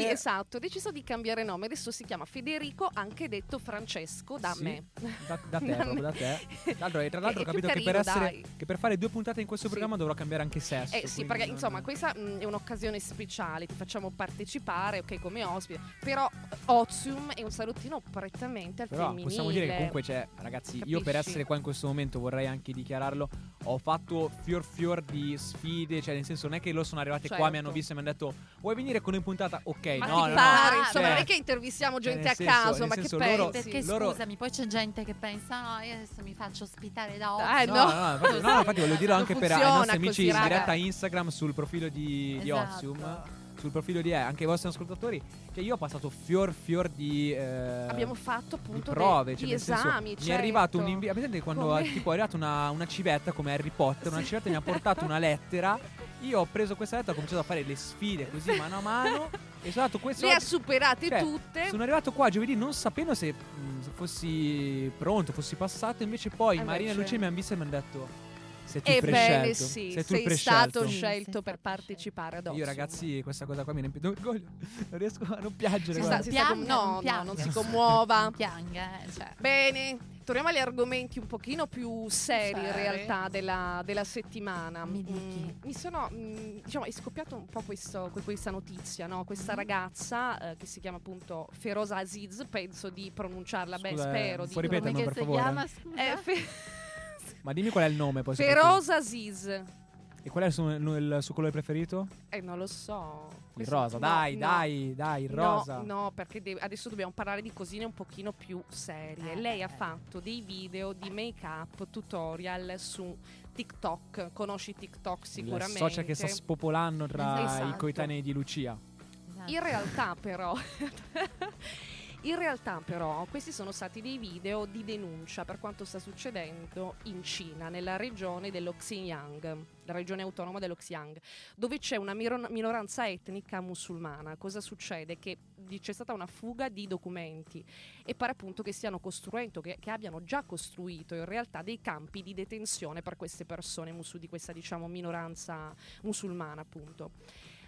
[SPEAKER 2] *laughs* Sì, esatto, ho deciso di cambiare nome, adesso si chiama Federico, anche detto Francesco da
[SPEAKER 4] Sì,
[SPEAKER 2] me.
[SPEAKER 4] Da, da te,
[SPEAKER 2] Da me.
[SPEAKER 4] proprio da te. Allora, e tra l'altro ho
[SPEAKER 2] È più
[SPEAKER 4] capito che, per
[SPEAKER 2] carino,
[SPEAKER 4] essere-
[SPEAKER 2] dai.
[SPEAKER 4] che per fare due puntate in questo
[SPEAKER 2] Sì.
[SPEAKER 4] programma dovrò cambiare anche sesso.
[SPEAKER 2] Eh sì,
[SPEAKER 4] quindi
[SPEAKER 2] perché
[SPEAKER 4] non-
[SPEAKER 2] insomma questa mh, è un'occasione speciale, ti facciamo partecipare, ok, come ospite, però eh, Ozium è un salutino prettamente al
[SPEAKER 4] Però
[SPEAKER 2] femminile.
[SPEAKER 4] possiamo dire che comunque c'è, ragazzi, io per
[SPEAKER 2] Capisci?
[SPEAKER 4] essere qua in questo momento vorrei anche dichiararlo, ho fatto fior fior di sfide, cioè nel senso non è che loro sono arrivati qua, mi
[SPEAKER 2] Certo.
[SPEAKER 4] hanno visto e mi hanno detto "Vuoi venire con noi in puntata?" Ok,
[SPEAKER 2] Ma
[SPEAKER 4] no,
[SPEAKER 2] ti
[SPEAKER 4] no, no.
[SPEAKER 2] pare,
[SPEAKER 1] no,
[SPEAKER 2] insomma,
[SPEAKER 1] cioè-
[SPEAKER 2] non è che intervistiamo
[SPEAKER 4] cioè,
[SPEAKER 2] gente
[SPEAKER 4] nel
[SPEAKER 2] a
[SPEAKER 4] senso-
[SPEAKER 2] caso,
[SPEAKER 4] nel
[SPEAKER 2] ma che
[SPEAKER 4] senso,
[SPEAKER 2] pensi?
[SPEAKER 4] loro-
[SPEAKER 1] Eh,
[SPEAKER 4] Eh,
[SPEAKER 1] Perché
[SPEAKER 4] loro-
[SPEAKER 1] scusami, poi c'è gente che pensa, no, io adesso mi faccio ospitare da Ozio.
[SPEAKER 2] Eh,
[SPEAKER 4] No,
[SPEAKER 2] no.
[SPEAKER 4] no, infatti, no, infatti voglio
[SPEAKER 2] *laughs*
[SPEAKER 4] dirlo
[SPEAKER 2] Non
[SPEAKER 4] anche per ai
[SPEAKER 2] funziona
[SPEAKER 4] nostri amici
[SPEAKER 2] così,
[SPEAKER 4] in
[SPEAKER 2] raga.
[SPEAKER 4] diretta Instagram sul profilo di, di
[SPEAKER 1] Esatto.
[SPEAKER 4] Ozium, sul profilo di eh, anche i vostri ascoltatori, che io ho passato fior fior di eh,
[SPEAKER 2] Abbiamo fatto
[SPEAKER 4] di
[SPEAKER 2] appunto
[SPEAKER 4] prove,
[SPEAKER 2] dei-
[SPEAKER 4] cioè
[SPEAKER 2] gli
[SPEAKER 4] nel senso,
[SPEAKER 2] esami,
[SPEAKER 4] mi è arrivato un invito,
[SPEAKER 2] certo.
[SPEAKER 4] presente quando
[SPEAKER 2] Come?
[SPEAKER 4] tipo è arrivata una, una civetta come Harry Potter, una
[SPEAKER 2] Sì.
[SPEAKER 4] civetta mi ha portato una lettera, io ho preso questa lettera, ho cominciato a fare le sfide così mano a
[SPEAKER 2] *laughs*
[SPEAKER 4] mano e sono andato questo
[SPEAKER 2] Le ha superate
[SPEAKER 4] Cioè,
[SPEAKER 2] tutte.
[SPEAKER 4] sono arrivato qua giovedì non sapendo se, mh, se fossi pronto, fossi passato, invece poi
[SPEAKER 2] Invece-
[SPEAKER 4] Marina e Lucia mi hanno visto e mi hanno detto sei tu il
[SPEAKER 2] Ebbene certo.
[SPEAKER 4] prescelto,
[SPEAKER 2] Eh sì,
[SPEAKER 4] sei tu
[SPEAKER 2] sei stato
[SPEAKER 4] il prescelto".
[SPEAKER 1] Sì, sei
[SPEAKER 2] scelto
[SPEAKER 1] stato
[SPEAKER 2] per partecipare ad Ozium.
[SPEAKER 4] Io ragazzi questa cosa qua mi riempie d'orgoglio, *laughs* non riesco a non piangere.
[SPEAKER 2] Si
[SPEAKER 1] Cioè,
[SPEAKER 2] sta-
[SPEAKER 4] guarda.
[SPEAKER 2] si sta com-
[SPEAKER 1] pianga,
[SPEAKER 2] no,
[SPEAKER 1] non
[SPEAKER 2] no,
[SPEAKER 1] pianga.
[SPEAKER 2] non si commuova.
[SPEAKER 1] Non pianga, eh, cioè.
[SPEAKER 2] Bene, torniamo agli argomenti un pochino più seri in
[SPEAKER 1] Seri.
[SPEAKER 2] realtà della, della settimana. Mm,
[SPEAKER 1] Mi dica.
[SPEAKER 2] mi sono, mm, diciamo, è scoppiato un po' questo- que- questa notizia, no? Questa
[SPEAKER 1] Mhm.
[SPEAKER 2] ragazza eh, che si chiama appunto Ferosa Aziz, penso di pronunciarla bene,
[SPEAKER 4] Scusa, eh,
[SPEAKER 2] spero di
[SPEAKER 4] puoi ripetermelo,
[SPEAKER 1] Come
[SPEAKER 4] per
[SPEAKER 1] che si
[SPEAKER 4] favore.
[SPEAKER 1] chiama, scusa?
[SPEAKER 2] Eh, Fe-
[SPEAKER 4] Ma dimmi qual è il nome poi. soprattutto.
[SPEAKER 2] Ferosa Aziz.
[SPEAKER 4] E qual è il suo, il suo colore preferito?
[SPEAKER 2] Eh, non lo so.
[SPEAKER 4] Il
[SPEAKER 2] Questo- no,
[SPEAKER 4] rosa, dai,
[SPEAKER 2] no.
[SPEAKER 4] dai, dai, il
[SPEAKER 2] No,
[SPEAKER 4] rosa.
[SPEAKER 2] No, perché de- adesso dobbiamo parlare di cosine un pochino più serie.
[SPEAKER 1] Eh,
[SPEAKER 2] Lei
[SPEAKER 1] eh,
[SPEAKER 2] ha
[SPEAKER 1] eh.
[SPEAKER 2] fatto dei video di make up tutorial su TikTok. Conosci TikTok
[SPEAKER 4] La
[SPEAKER 2] sicuramente.
[SPEAKER 4] socia che sta spopolando tra i
[SPEAKER 2] Esatto.
[SPEAKER 4] coetanei
[SPEAKER 2] *laughs*
[SPEAKER 4] di Lucia.
[SPEAKER 1] Esatto.
[SPEAKER 2] In realtà però *laughs* In realtà però questi sono stati dei video di denuncia per quanto sta succedendo in Cina, nella regione dello Xinjiang, la regione autonoma dello Xinjiang, dove c'è una miro- minoranza etnica musulmana. Cosa succede? Che di- c'è stata una fuga di documenti e pare appunto che stiano costruendo, che, che abbiano già costruito in realtà dei campi di detenzione per queste persone musu- di questa diciamo minoranza musulmana appunto.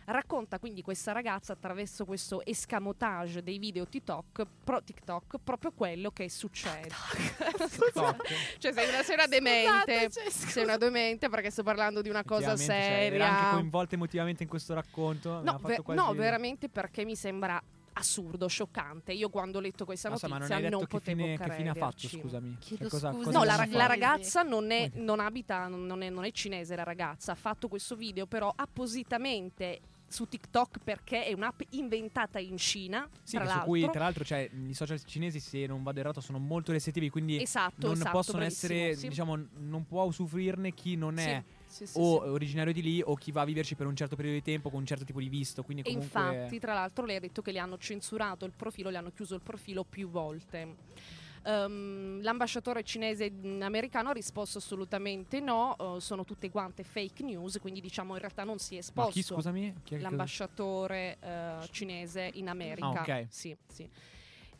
[SPEAKER 2] Racconta quindi questa ragazza attraverso questo escamotage dei video TikTok, pro TikTok proprio quello che succede. *laughs*
[SPEAKER 4] Top.
[SPEAKER 2] cioè sei una, sei una demente.
[SPEAKER 1] Scusate, cioè,
[SPEAKER 2] Sei una demente perché sto parlando di una cosa
[SPEAKER 4] Effettivamente, cioè, era
[SPEAKER 2] seria.
[SPEAKER 4] anche coinvolta emotivamente in questo racconto. mi ha
[SPEAKER 2] no,
[SPEAKER 4] fatto
[SPEAKER 2] ver-
[SPEAKER 4] quasi-
[SPEAKER 2] no, veramente perché mi sembra assurdo, scioccante. Io quando ho letto questa
[SPEAKER 4] Ma, insomma,
[SPEAKER 2] notizia
[SPEAKER 4] non
[SPEAKER 2] non,
[SPEAKER 4] hai detto che
[SPEAKER 2] potevo
[SPEAKER 4] fine, che fine ha fatto,
[SPEAKER 2] crederci.
[SPEAKER 4] scusami.
[SPEAKER 1] Chiedo
[SPEAKER 4] Cioè,
[SPEAKER 1] scusa.
[SPEAKER 2] No, la,
[SPEAKER 1] Cosa hanno
[SPEAKER 2] la
[SPEAKER 4] ha fatto?
[SPEAKER 1] fatto?
[SPEAKER 2] ragazza non, è,
[SPEAKER 4] Quindi.
[SPEAKER 2] non abita, non è, non è cinese la ragazza, ha fatto questo video però appositamente su TikTok perché è un'app inventata in Cina,
[SPEAKER 4] Sì,
[SPEAKER 2] tra
[SPEAKER 4] che su
[SPEAKER 2] l'altro.
[SPEAKER 4] cui tra l'altro cioè, i social cinesi, se non vado errato, sono molto restrittivi, quindi
[SPEAKER 2] esatto,
[SPEAKER 4] non
[SPEAKER 2] esatto,
[SPEAKER 4] possono
[SPEAKER 2] bravissimo,
[SPEAKER 4] essere,
[SPEAKER 2] sì.
[SPEAKER 4] diciamo, n- non può usufruirne chi non
[SPEAKER 2] Sì,
[SPEAKER 4] è
[SPEAKER 2] sì, sì,
[SPEAKER 4] o
[SPEAKER 2] sì.
[SPEAKER 4] originario di lì o chi va a viverci per un certo periodo di tempo con un certo tipo di visto. Quindi
[SPEAKER 2] E
[SPEAKER 4] comunque...
[SPEAKER 2] infatti, tra l'altro, lei ha detto che le hanno censurato il profilo, le hanno chiuso il profilo più volte. Ehm, l'ambasciatore cinese mh, americano ha risposto assolutamente no, eh, sono tutte quante fake news, quindi diciamo in realtà non si è
[SPEAKER 4] Ma
[SPEAKER 2] esposto.
[SPEAKER 4] chi, scusami? Chi è che-
[SPEAKER 2] l'ambasciatore eh, cinese in America.
[SPEAKER 4] Ah, ok.
[SPEAKER 2] Sì, sì.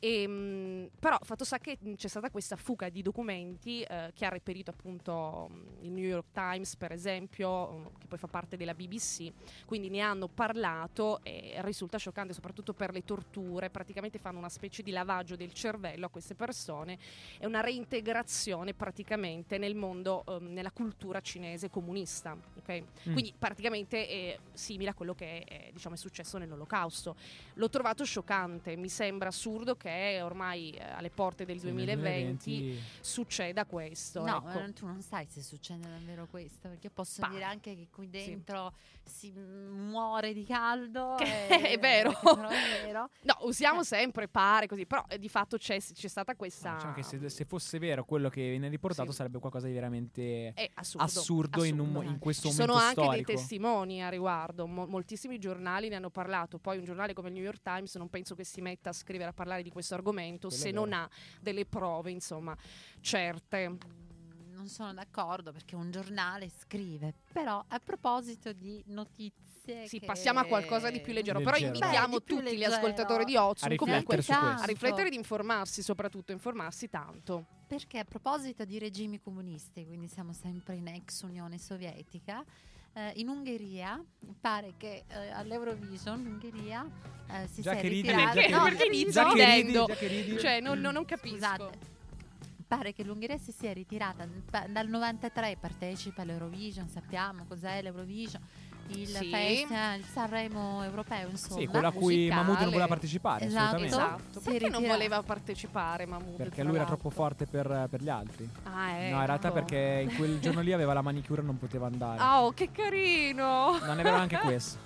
[SPEAKER 2] E, mh, però fatto sta che mh, c'è stata questa fuga di documenti eh, che ha reperito appunto mh, il New York Times per esempio mh, che poi fa parte della BBC quindi ne hanno parlato e risulta scioccante soprattutto per le torture praticamente fanno una specie di lavaggio del cervello a queste persone e una reintegrazione praticamente nel mondo ehm, nella cultura cinese comunista ok
[SPEAKER 4] Mm.
[SPEAKER 2] quindi praticamente è simile a quello che eh, diciamo, è successo nell'olocausto. L'ho trovato scioccante, mi sembra assurdo che ormai eh, alle porte del
[SPEAKER 4] Sì, nel
[SPEAKER 2] 2020,
[SPEAKER 4] 2020.
[SPEAKER 2] succeda questo.
[SPEAKER 1] No, eh,
[SPEAKER 2] ecco.
[SPEAKER 1] ma non- tu non sai se succede davvero questo, perché posso
[SPEAKER 2] Pa.
[SPEAKER 1] dire anche che qui dentro si mm, muore di caldo.
[SPEAKER 2] *laughs* Che-
[SPEAKER 1] e-
[SPEAKER 2] è vero.
[SPEAKER 1] *laughs* Però è vero.
[SPEAKER 2] No, usiamo
[SPEAKER 1] Eh.
[SPEAKER 2] sempre pare così, però eh, di fatto c'è, c'è stata questa...
[SPEAKER 4] Diciamo che se, se fosse vero quello che viene riportato
[SPEAKER 2] Sì.
[SPEAKER 4] sarebbe qualcosa di veramente
[SPEAKER 2] è assurdo.
[SPEAKER 4] assurdo, in, un mo-
[SPEAKER 1] assurdo.
[SPEAKER 4] in questo
[SPEAKER 2] Ci
[SPEAKER 4] momento
[SPEAKER 2] sono anche
[SPEAKER 4] storico.
[SPEAKER 2] dei testimoni a riguardo, mo- moltissimi giornali ne hanno parlato, poi un giornale come il New York Times non penso che si metta a scrivere, a parlare di questo argomento
[SPEAKER 4] Quello è
[SPEAKER 2] se
[SPEAKER 4] vero.
[SPEAKER 2] non ha delle prove, insomma, certe.
[SPEAKER 1] Mm, Non sono d'accordo perché un giornale scrive, però a proposito di notizie...
[SPEAKER 2] Sì,
[SPEAKER 1] che-
[SPEAKER 2] passiamo a qualcosa di più leggero, però
[SPEAKER 4] Leggero.
[SPEAKER 2] invitiamo
[SPEAKER 1] Beh, di più
[SPEAKER 2] tutti gli
[SPEAKER 1] leggero.
[SPEAKER 2] ascoltatori di
[SPEAKER 4] A
[SPEAKER 2] Ozum
[SPEAKER 4] riflettere
[SPEAKER 2] comunque
[SPEAKER 4] su questo.
[SPEAKER 2] a riflettere ed informarsi, soprattutto informarsi tanto.
[SPEAKER 1] Perché a proposito di regimi comunisti, quindi siamo sempre in ex Unione Sovietica, eh, in Ungheria pare che eh, all'Eurovision l'Ungheria eh, si
[SPEAKER 4] Già
[SPEAKER 1] sia
[SPEAKER 4] che ridi,
[SPEAKER 1] ritirata
[SPEAKER 2] già che
[SPEAKER 1] no,
[SPEAKER 2] ridi,
[SPEAKER 1] ridi,
[SPEAKER 2] già
[SPEAKER 1] no?
[SPEAKER 2] che ridi. ridendo.
[SPEAKER 4] già che ridi.
[SPEAKER 2] Cioè, non, non- non capisco.
[SPEAKER 1] Scusate. Pare che l'Ungheria si sia ritirata pa- dal 93 partecipa all'Eurovision, sappiamo cos'è l'Eurovision, il
[SPEAKER 2] Sì.
[SPEAKER 1] festival, il Sanremo europeo, insomma.
[SPEAKER 4] sì, quella a cui
[SPEAKER 2] musicale.
[SPEAKER 4] Mahmood non voleva partecipare,
[SPEAKER 1] Esatto.
[SPEAKER 4] assolutamente.
[SPEAKER 2] Esatto.
[SPEAKER 1] Si
[SPEAKER 2] Perché non
[SPEAKER 1] ritira-
[SPEAKER 2] voleva partecipare Mahmood?
[SPEAKER 4] Perché
[SPEAKER 2] tra
[SPEAKER 4] lui era
[SPEAKER 2] l'altro?
[SPEAKER 4] troppo forte per, per gli altri.
[SPEAKER 2] Ah,
[SPEAKER 4] no,
[SPEAKER 2] ecco.
[SPEAKER 4] in realtà perché in quel giorno lì aveva la manicure e non poteva andare.
[SPEAKER 2] Ah, Oh, che carino!
[SPEAKER 4] Non è vero anche questo.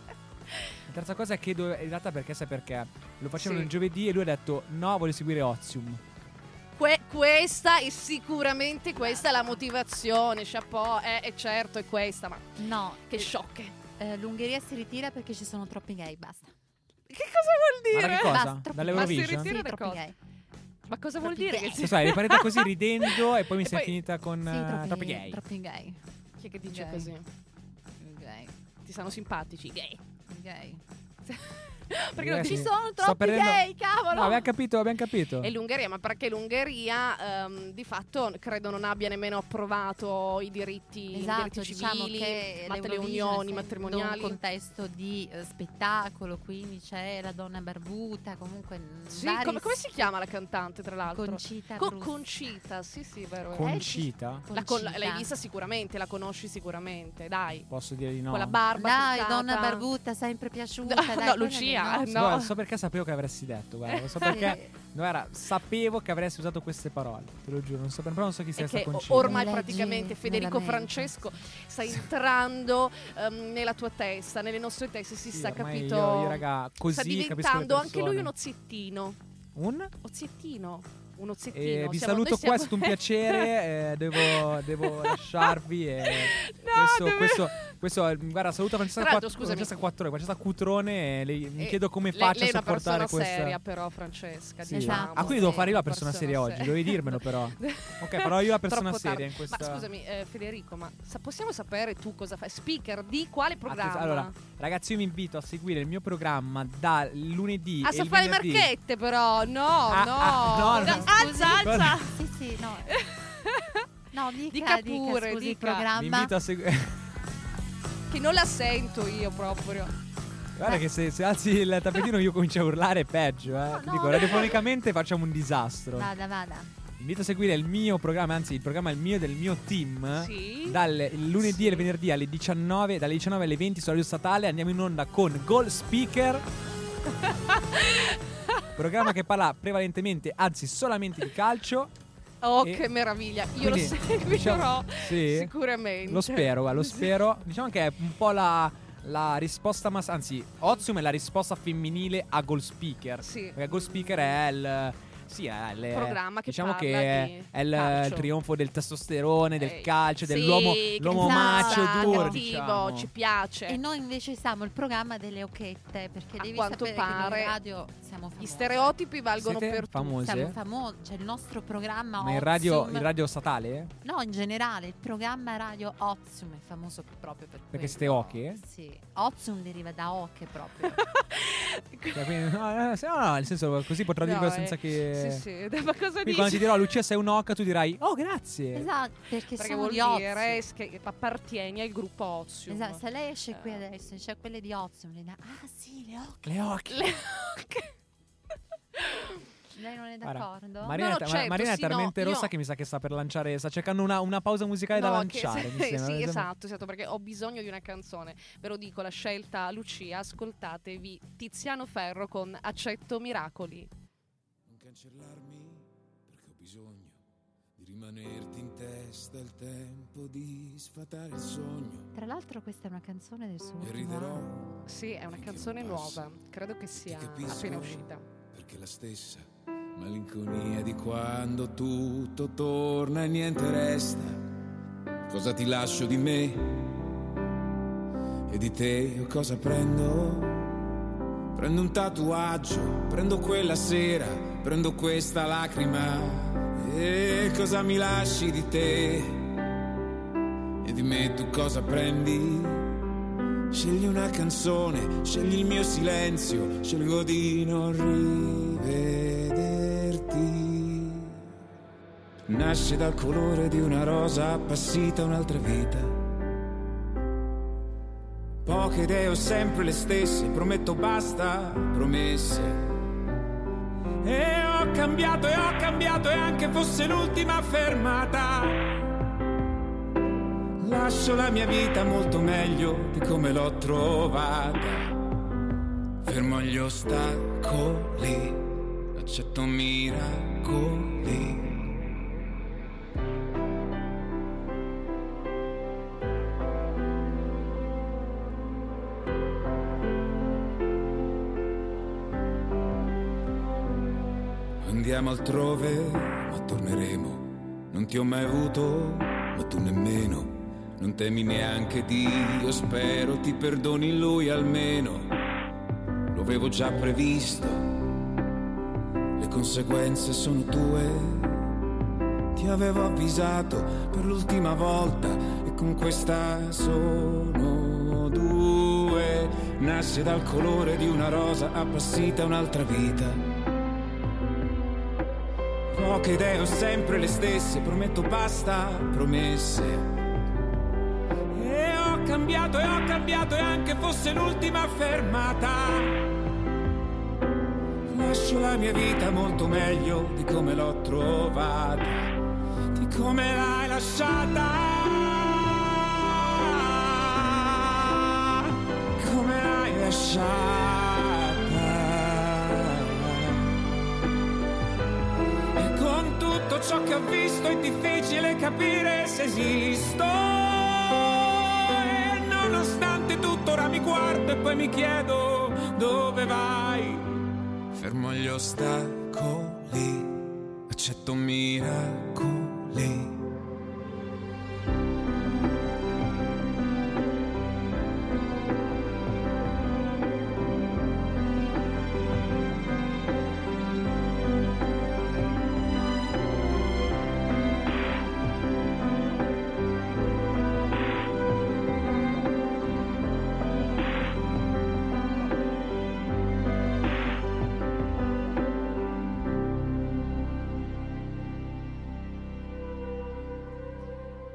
[SPEAKER 4] La terza cosa è che dove- in realtà perché sai perché? Lo facevano
[SPEAKER 2] Sì.
[SPEAKER 4] il giovedì e lui ha detto no, voglio seguire Ozium.
[SPEAKER 2] Que- questa è sicuramente questa è la motivazione, chapeau, eh, eh, certo è questa, ma
[SPEAKER 1] No,
[SPEAKER 2] che
[SPEAKER 1] eh,
[SPEAKER 2] sciocche.
[SPEAKER 1] eh, l'Ungheria si ritira perché ci sono troppi gay, basta.
[SPEAKER 2] Che cosa vuol
[SPEAKER 4] Guarda
[SPEAKER 2] dire?
[SPEAKER 4] che cosa?
[SPEAKER 1] Basta, troppi-
[SPEAKER 4] Dall'Eurovision?
[SPEAKER 2] Ma si ritira
[SPEAKER 1] Sì,
[SPEAKER 2] da
[SPEAKER 1] troppi
[SPEAKER 2] cosa?
[SPEAKER 1] gay.
[SPEAKER 2] Ma cosa vuol
[SPEAKER 1] Troppi
[SPEAKER 2] dire?
[SPEAKER 1] gay.
[SPEAKER 2] Che,
[SPEAKER 4] Lo
[SPEAKER 2] si-
[SPEAKER 4] sai, l'hai
[SPEAKER 2] *laughs*
[SPEAKER 4] pareta così ridendo e poi mi
[SPEAKER 2] E
[SPEAKER 4] sei
[SPEAKER 2] poi-
[SPEAKER 4] finita con
[SPEAKER 1] Sì,
[SPEAKER 4] eh,
[SPEAKER 1] troppi,
[SPEAKER 4] troppi gay.
[SPEAKER 1] Troppi gay.
[SPEAKER 2] chi è che dice
[SPEAKER 1] Gay.
[SPEAKER 2] così?
[SPEAKER 1] Gay.
[SPEAKER 2] Ti stanno simpatici, gay. *laughs*
[SPEAKER 1] Gay.
[SPEAKER 2] Perché non
[SPEAKER 4] Eh,
[SPEAKER 2] ti
[SPEAKER 1] Ci
[SPEAKER 4] sì.
[SPEAKER 1] sono
[SPEAKER 4] Sto
[SPEAKER 1] troppi
[SPEAKER 4] perdendo-
[SPEAKER 1] gay, cavolo.
[SPEAKER 4] No, abbiamo capito, abbiamo capito.
[SPEAKER 2] E l'Ungheria, ma perché l'Ungheria ehm, di fatto credo non abbia nemmeno approvato i diritti, i
[SPEAKER 1] Esatto,
[SPEAKER 2] diritti
[SPEAKER 1] diciamo
[SPEAKER 2] civili,
[SPEAKER 1] che
[SPEAKER 2] ma le
[SPEAKER 1] l'Eurovision,
[SPEAKER 2] unioni
[SPEAKER 1] essendo
[SPEAKER 2] matrimoniali.
[SPEAKER 1] un contesto di eh, spettacolo, quindi c'è la donna barbuta, comunque mm,
[SPEAKER 2] Sì,
[SPEAKER 1] vari
[SPEAKER 2] come, come si chiama la cantante tra l'altro?
[SPEAKER 1] Concita
[SPEAKER 2] Co-
[SPEAKER 1] Bruzzi.
[SPEAKER 2] Concita, sì eh, sì, vero. vero.
[SPEAKER 4] Concita?
[SPEAKER 2] La con-
[SPEAKER 1] Concita.
[SPEAKER 2] l'hai vista sicuramente, la conosci sicuramente, dai.
[SPEAKER 4] Posso dire di no?
[SPEAKER 2] Con la barba
[SPEAKER 1] Dai,
[SPEAKER 2] truccata.
[SPEAKER 1] donna barbuta, sempre piaciuta.
[SPEAKER 2] *laughs* No,
[SPEAKER 1] dai,
[SPEAKER 2] no,
[SPEAKER 1] quella
[SPEAKER 2] Lucia, eh,
[SPEAKER 1] che
[SPEAKER 2] no.
[SPEAKER 4] Guarda, so perché sapevo che avresti detto,
[SPEAKER 2] *laughs*
[SPEAKER 4] guarda, so perché
[SPEAKER 1] Sì.
[SPEAKER 4] guarda, sapevo che avresti usato queste parole, te lo giuro, non so, però non so chi sia
[SPEAKER 2] E
[SPEAKER 4] sta
[SPEAKER 2] che o-
[SPEAKER 4] concita.
[SPEAKER 2] ormai
[SPEAKER 1] Leggi
[SPEAKER 2] praticamente
[SPEAKER 1] nella
[SPEAKER 2] Federico
[SPEAKER 1] mente.
[SPEAKER 2] Francesco sta entrando ehm, nella tua testa, nelle nostre teste, si
[SPEAKER 4] Sì,
[SPEAKER 2] sta
[SPEAKER 4] ormai
[SPEAKER 2] capito.
[SPEAKER 4] Io, io, raga, così
[SPEAKER 2] sta
[SPEAKER 4] capisco le
[SPEAKER 2] diventando anche lui
[SPEAKER 4] persone.
[SPEAKER 2] uno ziettino.
[SPEAKER 4] un
[SPEAKER 2] Ozzettino. Un ozzettino.
[SPEAKER 4] Eh, vi
[SPEAKER 2] Siamo-
[SPEAKER 4] saluto
[SPEAKER 2] noi siamo-
[SPEAKER 4] qua, è stato un
[SPEAKER 2] *laughs*
[SPEAKER 4] piacere, eh, devo, devo lasciarvi. E
[SPEAKER 2] No,
[SPEAKER 4] questo,
[SPEAKER 2] dove-
[SPEAKER 4] questo, questo, eh, guarda, saluto Francesca,
[SPEAKER 2] Tra l'altro,
[SPEAKER 4] Quatt-
[SPEAKER 2] scusami.
[SPEAKER 4] Francesca Quattrone, Francesca Cutrone. e lei- mi
[SPEAKER 2] Eh,
[SPEAKER 4] chiedo come
[SPEAKER 2] lei-
[SPEAKER 4] faccio
[SPEAKER 2] lei
[SPEAKER 4] a sopportare
[SPEAKER 2] è una persona
[SPEAKER 4] questa.
[SPEAKER 2] seria però Francesca,
[SPEAKER 4] Sì.
[SPEAKER 2] diciamo.
[SPEAKER 4] Ah, quindi devo fare io la persona seria oggi, dovevi
[SPEAKER 2] *laughs*
[SPEAKER 4] dirmelo però. Ok, però io la persona
[SPEAKER 2] Troppo tardi.
[SPEAKER 4] seria in questa.
[SPEAKER 2] Ma scusami eh, Federico, ma sa- possiamo sapere tu cosa fai? Speaker di quale programma? Ah,
[SPEAKER 4] Attenzione, Ah, allora, ragazzi, io vi invito a seguire il mio programma da lunedì
[SPEAKER 2] ah,
[SPEAKER 4] e
[SPEAKER 2] sa
[SPEAKER 4] il
[SPEAKER 2] fare le
[SPEAKER 4] venerdì.
[SPEAKER 2] marchette però, no,
[SPEAKER 4] Ah,
[SPEAKER 2] no.
[SPEAKER 4] ah, no,
[SPEAKER 2] Da-
[SPEAKER 4] no.
[SPEAKER 2] Alza,
[SPEAKER 4] Scusi.
[SPEAKER 2] alza.
[SPEAKER 1] *laughs* Sì, sì, no.
[SPEAKER 2] *laughs*
[SPEAKER 1] No, dica,
[SPEAKER 2] Dica
[SPEAKER 1] dica scusi,
[SPEAKER 2] pure,
[SPEAKER 1] il
[SPEAKER 2] dica.
[SPEAKER 4] Vi
[SPEAKER 1] programma.
[SPEAKER 4] invito a *laughs* seguire.
[SPEAKER 2] *laughs* che non la sento io proprio.
[SPEAKER 4] Guarda che se, se alzi il tappetino io comincio a urlare è peggio, eh.
[SPEAKER 1] No,
[SPEAKER 4] Ti
[SPEAKER 1] no,
[SPEAKER 4] dico,
[SPEAKER 1] no.
[SPEAKER 4] radiofonicamente facciamo un disastro.
[SPEAKER 1] Vada, vada.
[SPEAKER 4] Vi invito a seguire il mio programma, anzi il programma è il mio e del mio team.
[SPEAKER 2] Sì.
[SPEAKER 4] Dal il lunedì
[SPEAKER 2] Sì.
[SPEAKER 4] e il venerdì alle 19, dalle 19 alle 20 su Radio Statale andiamo in onda con Goal Speaker. programma che parla prevalentemente, anzi solamente di
[SPEAKER 2] *laughs*
[SPEAKER 4] calcio.
[SPEAKER 2] Oh,
[SPEAKER 4] E-
[SPEAKER 2] che meraviglia. Io
[SPEAKER 4] Quindi,
[SPEAKER 2] lo *laughs* seguirò
[SPEAKER 4] diciamo- sì.
[SPEAKER 2] sicuramente.
[SPEAKER 4] Lo spero, guarda, lo
[SPEAKER 2] Sì.
[SPEAKER 4] spero. Diciamo che è un po' la, la risposta, mas- anzi Ozium è la risposta femminile a Goal Speaker.
[SPEAKER 2] Sì.
[SPEAKER 4] Perché Goal Speaker è il... Sì, è il
[SPEAKER 2] Programma che
[SPEAKER 4] diciamo
[SPEAKER 2] parla
[SPEAKER 4] che è-
[SPEAKER 2] di
[SPEAKER 4] è il,
[SPEAKER 2] calcio.
[SPEAKER 4] il trionfo del testosterone, del
[SPEAKER 2] Eh,
[SPEAKER 4] calcio,
[SPEAKER 2] sì,
[SPEAKER 4] dell'uomo
[SPEAKER 2] che
[SPEAKER 4] l'uomo
[SPEAKER 1] esatto.
[SPEAKER 4] macio duro.
[SPEAKER 2] cattivo,
[SPEAKER 4] diciamo.
[SPEAKER 2] ci piace.
[SPEAKER 1] E noi invece siamo il programma delle occhette, perché
[SPEAKER 2] A
[SPEAKER 1] devi
[SPEAKER 2] quanto
[SPEAKER 1] sapere che
[SPEAKER 2] pare
[SPEAKER 1] in radio siamo famose.
[SPEAKER 2] Gli stereotipi valgono
[SPEAKER 4] Siete
[SPEAKER 2] per tutti.
[SPEAKER 1] Siamo
[SPEAKER 4] famose?
[SPEAKER 1] famosi, c'è il nostro programma
[SPEAKER 4] Ma in radio,
[SPEAKER 1] Ozium.
[SPEAKER 4] in radio statale?
[SPEAKER 1] No, in generale, il programma radio Ozium è famoso proprio per quello.
[SPEAKER 4] Perché siete oche?
[SPEAKER 1] Sì, Ozium deriva da oche
[SPEAKER 4] *laughs*
[SPEAKER 1] proprio.
[SPEAKER 4] Cioè, quindi- no, eh, se- no, no, nel senso così potrò
[SPEAKER 2] No,
[SPEAKER 4] dirlo
[SPEAKER 2] eh,
[SPEAKER 4] senza che...
[SPEAKER 2] Sì, sì, *laughs* dai, ma cosa
[SPEAKER 4] Quindi
[SPEAKER 2] dici?
[SPEAKER 4] quando ti dirò Lucia sei un'oca tu dirai oh grazie.
[SPEAKER 1] esatto, perché,
[SPEAKER 2] Perché
[SPEAKER 1] sono
[SPEAKER 2] vuol
[SPEAKER 1] di Ozium.
[SPEAKER 2] dire che appartieni al gruppo Ozium.
[SPEAKER 1] Esatto, se lei esce qui
[SPEAKER 2] Eh.
[SPEAKER 1] adesso e c'è quelle di Ozium, lei dà, ah sì, le oche.
[SPEAKER 4] Le occhi.
[SPEAKER 2] Le-
[SPEAKER 4] *laughs*
[SPEAKER 1] Lei non è
[SPEAKER 4] Guarda,
[SPEAKER 1] d'accordo?
[SPEAKER 4] Marina,
[SPEAKER 2] No, no,
[SPEAKER 4] è ta-
[SPEAKER 2] certo, sì,
[SPEAKER 4] Marina è talmente
[SPEAKER 2] no, io-
[SPEAKER 4] rossa che mi sa che sta per lanciare, sta cercando una, una pausa musicale da
[SPEAKER 2] No, che-
[SPEAKER 4] lanciare.
[SPEAKER 2] *laughs* sì,
[SPEAKER 4] mi sembra. Mi sembra-
[SPEAKER 2] esatto, esatto, perché ho bisogno di una canzone. Ve lo dico, la scelta Lucia, ascoltatevi Tiziano Ferro con Accetto Miracoli.
[SPEAKER 6] Non cancellarmi perché ho bisogno di rimanerti in testa il tempo di sfatare il sogno.
[SPEAKER 1] Tra l'altro questa è una canzone del suo
[SPEAKER 6] E
[SPEAKER 1] ultimo
[SPEAKER 6] riderò
[SPEAKER 1] album.
[SPEAKER 2] Sì, è una
[SPEAKER 6] Finché
[SPEAKER 2] canzone
[SPEAKER 6] non passi.
[SPEAKER 2] nuova, credo che sia
[SPEAKER 6] capisco.
[SPEAKER 2] appena uscita.
[SPEAKER 6] perché è la stessa malinconia di quando tutto torna e niente resta. Cosa ti lascio di me e di te io cosa prendo? Prendo un tatuaggio, prendo quella sera, prendo questa lacrima. E cosa mi lasci di te? E di me tu cosa prendi? Scegli una canzone, scegli il mio silenzio, scelgo di non rivederti. Nasce dal colore di una rosa appassita un'altra vita. Poche idee ho sempre le stesse, prometto basta, promesse. E ho cambiato e ho cambiato e anche fosse l'ultima fermata. Lascio la mia vita molto meglio di come l'ho trovata. Fermo gli ostacoli, accetto miracoli. Andiamo altrove, ma torneremo. Non ti ho mai avuto, ma tu nemmeno. Non temi neanche Dio, spero ti perdoni lui almeno. Lo avevo già previsto. Le conseguenze sono tue. Ti avevo avvisato per l'ultima volta e con questa sono due. Nasce dal colore di una rosa appassita un'altra vita. Poche idee ho sempre le stesse, prometto basta, promesse. E ho cambiato e ho cambiato e anche fosse l'ultima fermata. Lascio la mia vita molto meglio di come l'ho trovata, di come l'hai lasciata. Come l'hai lasciata. E con tutto ciò che ho visto è difficile capire se esisto. E nonostante tutto ora mi guardo e poi mi chiedo dove vai. Fermo gli ostacoli, accetto miracoli.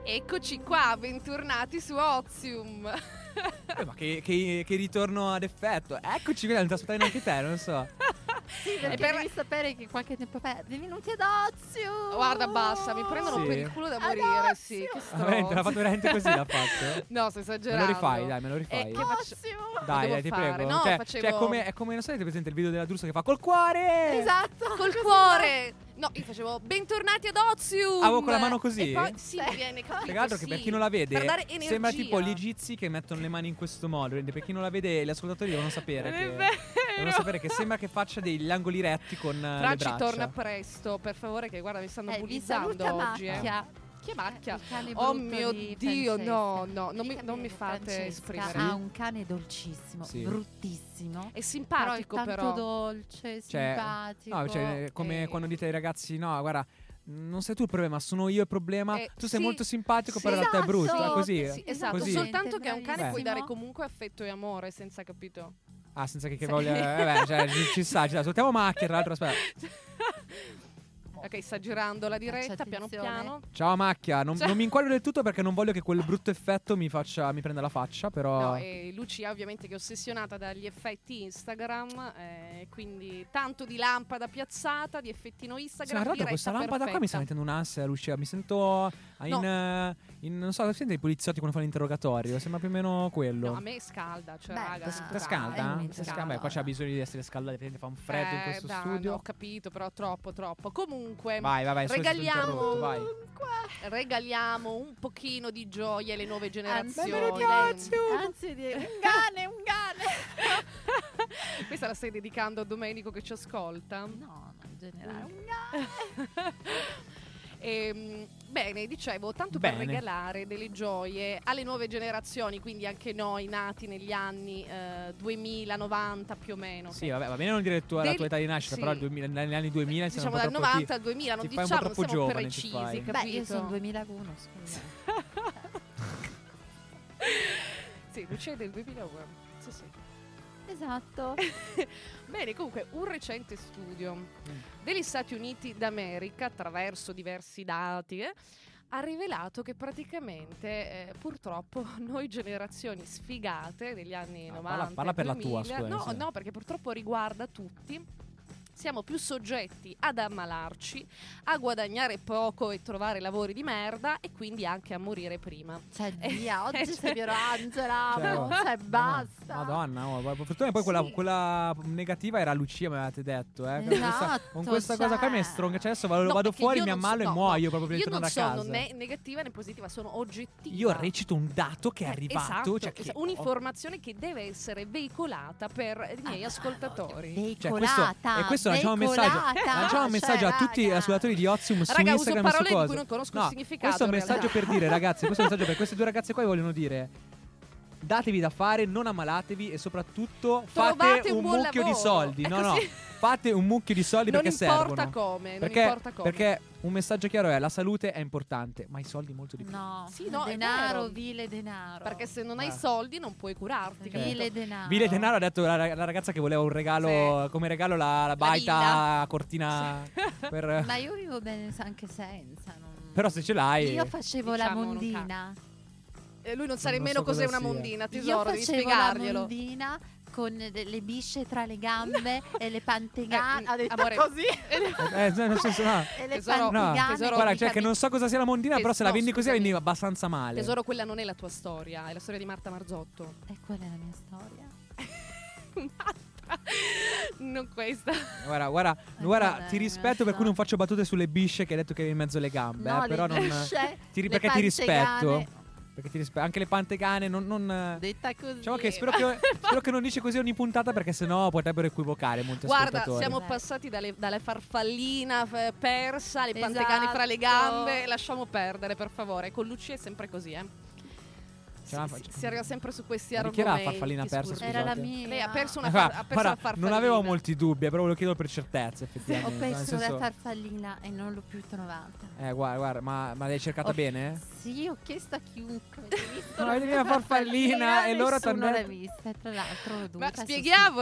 [SPEAKER 2] Eccoci qua, bentornati su Ozium. *laughs*
[SPEAKER 4] Eh, ma che, che- che ritorno ad effetto. Eccoci, qui, non ti aspettavi neanche te, non so.
[SPEAKER 1] Sì, perché
[SPEAKER 2] per-
[SPEAKER 1] devi sapere che qualche tempo fa Benvenuti ad Ozio
[SPEAKER 4] Oh.
[SPEAKER 2] Guarda, basta, mi prendono
[SPEAKER 4] Sì.
[SPEAKER 2] per il culo da morire,
[SPEAKER 1] Adozio!
[SPEAKER 2] sì, che stronzo.
[SPEAKER 4] Veramente, l'ha fatto veramente così, l'ha fatto.
[SPEAKER 2] *laughs* No, sto
[SPEAKER 4] Me
[SPEAKER 2] esagerando.
[SPEAKER 4] lo rifai, dai, me lo rifai.
[SPEAKER 2] che faccio-
[SPEAKER 1] Ozio!
[SPEAKER 4] Dai,
[SPEAKER 2] devo
[SPEAKER 4] dai, ti
[SPEAKER 2] fare?
[SPEAKER 4] prego.
[SPEAKER 2] No,
[SPEAKER 4] cioè,
[SPEAKER 2] facevo-
[SPEAKER 4] cioè, come, è come non so se avete presente il video della Drusa che fa col cuore.
[SPEAKER 1] Esatto
[SPEAKER 2] Col cuore. No, io facevo bentornati ad Ozium.
[SPEAKER 4] Ah, con la mano così?
[SPEAKER 2] E poi sì, mi viene
[SPEAKER 4] Tra l'altro che per chi non la vede
[SPEAKER 2] Per dare energia.
[SPEAKER 4] sembra tipo gli egizi che mettono le mani in questo modo, quindi per chi non la vede gli ascoltatori devono sapere
[SPEAKER 2] È
[SPEAKER 4] che
[SPEAKER 2] vero.
[SPEAKER 4] devono sapere che sembra che faccia degli angoli retti con eh, le
[SPEAKER 2] Franci
[SPEAKER 4] braccia.
[SPEAKER 2] torna presto, per favore, che guarda, mi stanno
[SPEAKER 1] Eh, vi
[SPEAKER 2] bullizzando
[SPEAKER 1] saluta
[SPEAKER 2] oggi. eh.
[SPEAKER 1] Macchia
[SPEAKER 2] Che macchia?
[SPEAKER 1] Eh, il cane brutto
[SPEAKER 2] Oh mio
[SPEAKER 1] di
[SPEAKER 2] Dio,
[SPEAKER 1] Francesca.
[SPEAKER 2] no, no, non mi,
[SPEAKER 1] Mica
[SPEAKER 2] non mi
[SPEAKER 1] bene,
[SPEAKER 2] fate
[SPEAKER 1] Francesca Ah.
[SPEAKER 2] esprimere.
[SPEAKER 1] ha un cane dolcissimo
[SPEAKER 4] Sì.
[SPEAKER 1] bruttissimo
[SPEAKER 2] È
[SPEAKER 1] però è
[SPEAKER 2] simpatico
[SPEAKER 1] tanto
[SPEAKER 2] però.
[SPEAKER 1] dolce
[SPEAKER 4] Cioè,
[SPEAKER 1] simpatico
[SPEAKER 4] No, cioè, come
[SPEAKER 2] eh.
[SPEAKER 4] quando dite ai ragazzi no, guarda non sei tu il problema, sono io il problema.
[SPEAKER 2] Eh,
[SPEAKER 4] tu sei
[SPEAKER 2] sì,
[SPEAKER 4] molto simpatico,
[SPEAKER 2] sì.
[SPEAKER 4] però in realtà è
[SPEAKER 1] Esatto,
[SPEAKER 4] brutto. È così?
[SPEAKER 2] Sì, esatto,
[SPEAKER 4] Così.
[SPEAKER 2] soltanto che a un cane
[SPEAKER 1] Bravissimo.
[SPEAKER 2] puoi dare comunque affetto e amore senza capito.
[SPEAKER 4] Ah, senza che, che
[SPEAKER 2] Sì.
[SPEAKER 4] voglia. eh, beh, cioè, ci, ci sta, ci sta. Salutiamo Macchia, tra l'altro. Aspetta.
[SPEAKER 2] *laughs* ok, sta girando la diretta
[SPEAKER 1] Faccia
[SPEAKER 2] piano
[SPEAKER 1] attenzione.
[SPEAKER 2] piano.
[SPEAKER 4] Ciao Macchia, non,
[SPEAKER 2] Ciao.
[SPEAKER 4] non mi inquadro del tutto perché non voglio che quel brutto effetto mi, faccia, mi prenda la faccia, però.
[SPEAKER 2] No, e Lucia ovviamente che è ossessionata dagli effetti Instagram, eh, quindi tanto di lampada piazzata, di effettino
[SPEAKER 4] Sì, ma
[SPEAKER 2] Instagram.
[SPEAKER 4] tra l'altro
[SPEAKER 2] diretta
[SPEAKER 4] questa lampada qua mi sta
[SPEAKER 2] perfetta.
[SPEAKER 4] mettendo un'ansia, Lucia. Mi sento eh, in, eh, in- Non so, senti i poliziotti quando fanno l'interrogatorio? Sembra più o meno quello.
[SPEAKER 2] No, a me scalda, cioè
[SPEAKER 1] Beh,
[SPEAKER 2] raga,
[SPEAKER 1] ma-
[SPEAKER 2] scusate,
[SPEAKER 4] Ti
[SPEAKER 1] Ah, è
[SPEAKER 4] scalda? Ti
[SPEAKER 1] un
[SPEAKER 4] scalda?
[SPEAKER 1] scaldo.
[SPEAKER 4] Beh, qua c'è bisogno di essere scaldati, perché fa un freddo in
[SPEAKER 2] Eh,
[SPEAKER 4] questo
[SPEAKER 2] dai,
[SPEAKER 4] studio.
[SPEAKER 2] no, ho capito, però troppo, troppo. Comunque,
[SPEAKER 4] Vai, vai, vai, scusa, ti ho
[SPEAKER 2] regaliamo,
[SPEAKER 4] interrotto, vai.
[SPEAKER 2] regaliamo un pochino di gioia alle
[SPEAKER 1] Ah,
[SPEAKER 2] nuove generazioni.
[SPEAKER 1] benvenuti
[SPEAKER 4] a Ozio!
[SPEAKER 1] anzi di- un cane un cane
[SPEAKER 2] *laughs* Questa la stai dedicando a Domenico che ci ascolta. *laughs*
[SPEAKER 1] no no in generale un
[SPEAKER 2] Ehm, bene, dicevo, tanto
[SPEAKER 4] Bene.
[SPEAKER 2] per regalare delle gioie alle nuove generazioni, quindi anche noi nati negli anni eh, 2090 più o meno.
[SPEAKER 4] Sì,
[SPEAKER 2] che-
[SPEAKER 4] vabbè, va bene non dire tu- la
[SPEAKER 2] Del-
[SPEAKER 4] tua età di nascita,
[SPEAKER 2] sì.
[SPEAKER 4] però il 2000 negli anni 2000
[SPEAKER 2] diciamo
[SPEAKER 4] siamo un po'
[SPEAKER 2] dal
[SPEAKER 4] troppo-
[SPEAKER 2] 90 al 2000, non
[SPEAKER 4] ti fai un
[SPEAKER 2] diciamo,
[SPEAKER 4] po'
[SPEAKER 2] non
[SPEAKER 4] troppo
[SPEAKER 2] siamo
[SPEAKER 4] giovane, ti
[SPEAKER 2] precisi,
[SPEAKER 4] fai.
[SPEAKER 2] capito?
[SPEAKER 1] Beh, io sono 2001, scusa.
[SPEAKER 2] *laughs* Sì, Lucia è del 2001. Sì, sì. *laughs*
[SPEAKER 1] esatto.
[SPEAKER 2] Bene, comunque, un recente studio
[SPEAKER 4] Mm.
[SPEAKER 2] degli Stati Uniti d'America, attraverso diversi dati, eh, ha rivelato che praticamente eh, purtroppo *laughs* noi generazioni sfigate degli anni
[SPEAKER 4] Ah,
[SPEAKER 2] 90
[SPEAKER 4] parla- parla per la tua,
[SPEAKER 2] 2000,
[SPEAKER 4] scusami,
[SPEAKER 2] no,
[SPEAKER 4] sì.
[SPEAKER 2] no, perché purtroppo riguarda tutti. Siamo più soggetti ad ammalarci, a guadagnare poco e trovare lavori di merda e quindi anche a morire prima.
[SPEAKER 1] Cioè,
[SPEAKER 2] Eh,
[SPEAKER 1] via, oggi
[SPEAKER 2] cioè-
[SPEAKER 1] sei Angela.
[SPEAKER 4] Cioè, oh,
[SPEAKER 1] Cioè,
[SPEAKER 4] madonna,
[SPEAKER 1] basta.
[SPEAKER 4] Madonna, oh, per fortuna poi quella,
[SPEAKER 2] Sì.
[SPEAKER 4] quella negativa era Lucia, mi avevate detto. Eh, con, questa, con
[SPEAKER 1] Esatto,
[SPEAKER 4] questa cosa qua
[SPEAKER 1] cioè.
[SPEAKER 4] mi è strong. Cioè, adesso vado,
[SPEAKER 2] No,
[SPEAKER 4] vado
[SPEAKER 2] perché
[SPEAKER 4] fuori,
[SPEAKER 2] io
[SPEAKER 4] mi
[SPEAKER 2] non so-
[SPEAKER 4] ammalo
[SPEAKER 2] no,
[SPEAKER 4] e
[SPEAKER 2] no.
[SPEAKER 4] muoio proprio per
[SPEAKER 2] Io non
[SPEAKER 4] tornare a casa.
[SPEAKER 2] sono né negativa né positiva, sono oggettiva.
[SPEAKER 4] Io recito un dato che è
[SPEAKER 2] Eh,
[SPEAKER 4] arrivato.
[SPEAKER 2] esatto,
[SPEAKER 4] cioè, che-
[SPEAKER 2] esatto, un'informazione che deve essere veicolata per i
[SPEAKER 4] Ah,
[SPEAKER 2] miei ascoltatori.
[SPEAKER 4] Cioè, questo-
[SPEAKER 1] Veicolata,
[SPEAKER 4] e
[SPEAKER 2] cioè,
[SPEAKER 4] questo lanciamo un messaggio,
[SPEAKER 1] veicolata,
[SPEAKER 4] lanciamo un
[SPEAKER 1] cioè,
[SPEAKER 4] messaggio a tutti gli
[SPEAKER 1] raga.
[SPEAKER 4] ascoltatori di Ozium su
[SPEAKER 2] Raga, uso
[SPEAKER 4] Instagram e su
[SPEAKER 2] parole di
[SPEAKER 4] cosa.
[SPEAKER 2] cui non conosco
[SPEAKER 4] No,
[SPEAKER 2] il significato,
[SPEAKER 4] Questo è un
[SPEAKER 2] in realtà.
[SPEAKER 4] messaggio per dire, ragazzi, questo è un
[SPEAKER 2] *laughs*
[SPEAKER 4] messaggio per queste due ragazze qua che vogliono dire datevi da fare, non ammalatevi e soprattutto
[SPEAKER 2] Trovate
[SPEAKER 4] fate
[SPEAKER 2] un
[SPEAKER 4] un,
[SPEAKER 2] buon
[SPEAKER 4] mucchio di
[SPEAKER 2] lavoro.
[SPEAKER 4] soldi.
[SPEAKER 2] È
[SPEAKER 4] No, no,
[SPEAKER 2] così.
[SPEAKER 4] fate un mucchio di soldi
[SPEAKER 2] Non
[SPEAKER 4] perché
[SPEAKER 2] importa
[SPEAKER 4] servono.
[SPEAKER 2] come, non
[SPEAKER 4] perché,
[SPEAKER 2] importa come.
[SPEAKER 4] perché un messaggio chiaro è la salute è importante, ma i soldi molto di più.
[SPEAKER 1] No,
[SPEAKER 2] Sì, no, è
[SPEAKER 1] denaro,
[SPEAKER 2] vero.
[SPEAKER 1] vile denaro.
[SPEAKER 2] Perché se non hai
[SPEAKER 4] Ah.
[SPEAKER 2] soldi non puoi curarti. capito?
[SPEAKER 1] vile denaro.
[SPEAKER 4] Certo. Vile Denaro ha detto la, la ragazza che voleva un regalo come regalo la, la baita
[SPEAKER 2] villa.
[SPEAKER 4] a cortina *laughs* per
[SPEAKER 1] Ma io vivo bene sa- anche senza. non-
[SPEAKER 4] Però se ce l'hai
[SPEAKER 1] Io facevo
[SPEAKER 2] Diciamo,
[SPEAKER 1] la
[SPEAKER 2] non
[SPEAKER 1] mondina.
[SPEAKER 2] Eh, lui non sa
[SPEAKER 4] Non
[SPEAKER 2] nemmeno
[SPEAKER 4] so
[SPEAKER 2] cos'è
[SPEAKER 4] cosa
[SPEAKER 2] una
[SPEAKER 4] sia.
[SPEAKER 2] mondina,
[SPEAKER 1] Io
[SPEAKER 2] tesoro, devi
[SPEAKER 1] facevo la
[SPEAKER 2] spiegarglielo.
[SPEAKER 1] mondina con de- le bisce tra le gambe e le pantegane.
[SPEAKER 2] Eh,
[SPEAKER 1] ha detto
[SPEAKER 2] amore,
[SPEAKER 1] così. *laughs*
[SPEAKER 4] Eh, no, nel senso, no.
[SPEAKER 1] e le
[SPEAKER 2] *laughs* Tesoro,
[SPEAKER 1] pantegane.
[SPEAKER 2] tesoro,
[SPEAKER 1] con
[SPEAKER 4] Guarda,
[SPEAKER 1] i
[SPEAKER 4] cioè che
[SPEAKER 1] capelli-
[SPEAKER 4] non so cosa sia la mondina,
[SPEAKER 2] Tes-
[SPEAKER 4] però se la
[SPEAKER 2] no,
[SPEAKER 4] vendi così la
[SPEAKER 2] scusami.
[SPEAKER 4] vendi abbastanza male.
[SPEAKER 2] Tesoro, quella non è la tua storia, è la storia di Marta Marzotto. *laughs*
[SPEAKER 1] E quella è la mia storia.
[SPEAKER 2] Marta, non questa.
[SPEAKER 4] Guarda, guarda, guarda,
[SPEAKER 1] vabbè,
[SPEAKER 4] ti
[SPEAKER 1] in
[SPEAKER 4] rispetto per
[SPEAKER 1] realtà.
[SPEAKER 4] cui non faccio battute sulle bisce che hai detto che avevi in mezzo alle gambe, eh,
[SPEAKER 1] No,
[SPEAKER 4] però
[SPEAKER 1] le
[SPEAKER 4] non
[SPEAKER 1] bisce,
[SPEAKER 4] ti ri-
[SPEAKER 1] le
[SPEAKER 4] perché ti rispetto.
[SPEAKER 1] pantegane.
[SPEAKER 4] Perché ti rispetto, anche le pantegane non, non
[SPEAKER 1] Detta così.
[SPEAKER 4] Diciamo che spero, che spero che non dice così ogni puntata perché sennò potrebbero equivocare molti
[SPEAKER 2] Guarda,
[SPEAKER 4] ascoltatori. Eh,
[SPEAKER 2] siamo
[SPEAKER 1] Beh.
[SPEAKER 2] passati dalle, dalla farfallina f- persa, alle
[SPEAKER 1] Esatto.
[SPEAKER 2] pantegane fra le gambe. Lasciamo perdere, per favore. Con Lucia è sempre così, eh. Si,
[SPEAKER 4] la
[SPEAKER 2] si-
[SPEAKER 4] faccio.
[SPEAKER 2] si arriva sempre su questi
[SPEAKER 4] Ma di
[SPEAKER 2] argomenti.
[SPEAKER 4] chi era la farfallina persa,
[SPEAKER 2] scusate.
[SPEAKER 1] Era la
[SPEAKER 4] Scusate.
[SPEAKER 1] mia.
[SPEAKER 2] Lei ha perso una,
[SPEAKER 4] Ah,
[SPEAKER 2] far-
[SPEAKER 4] guarda,
[SPEAKER 2] ha perso la
[SPEAKER 4] guarda,
[SPEAKER 2] farfallina.
[SPEAKER 4] non avevo molti dubbi, eh, però ve lo chiedo per certezza,
[SPEAKER 1] Ho
[SPEAKER 4] effettivamente. nel
[SPEAKER 1] perso
[SPEAKER 4] senso-
[SPEAKER 1] la farfallina e non l'ho più trovata.
[SPEAKER 4] Eh, guarda, guarda, ma, ma l'hai cercata
[SPEAKER 1] Ho-
[SPEAKER 4] bene?
[SPEAKER 1] Sì, ho chiesto a chiunque.
[SPEAKER 4] *laughs* No, vedi la farfallina, e loro t'han
[SPEAKER 1] Nessuno l'ha
[SPEAKER 4] detto-
[SPEAKER 1] vista, e tra l'altro. l'ho
[SPEAKER 2] Ma
[SPEAKER 1] dovuta
[SPEAKER 2] spieghiamo,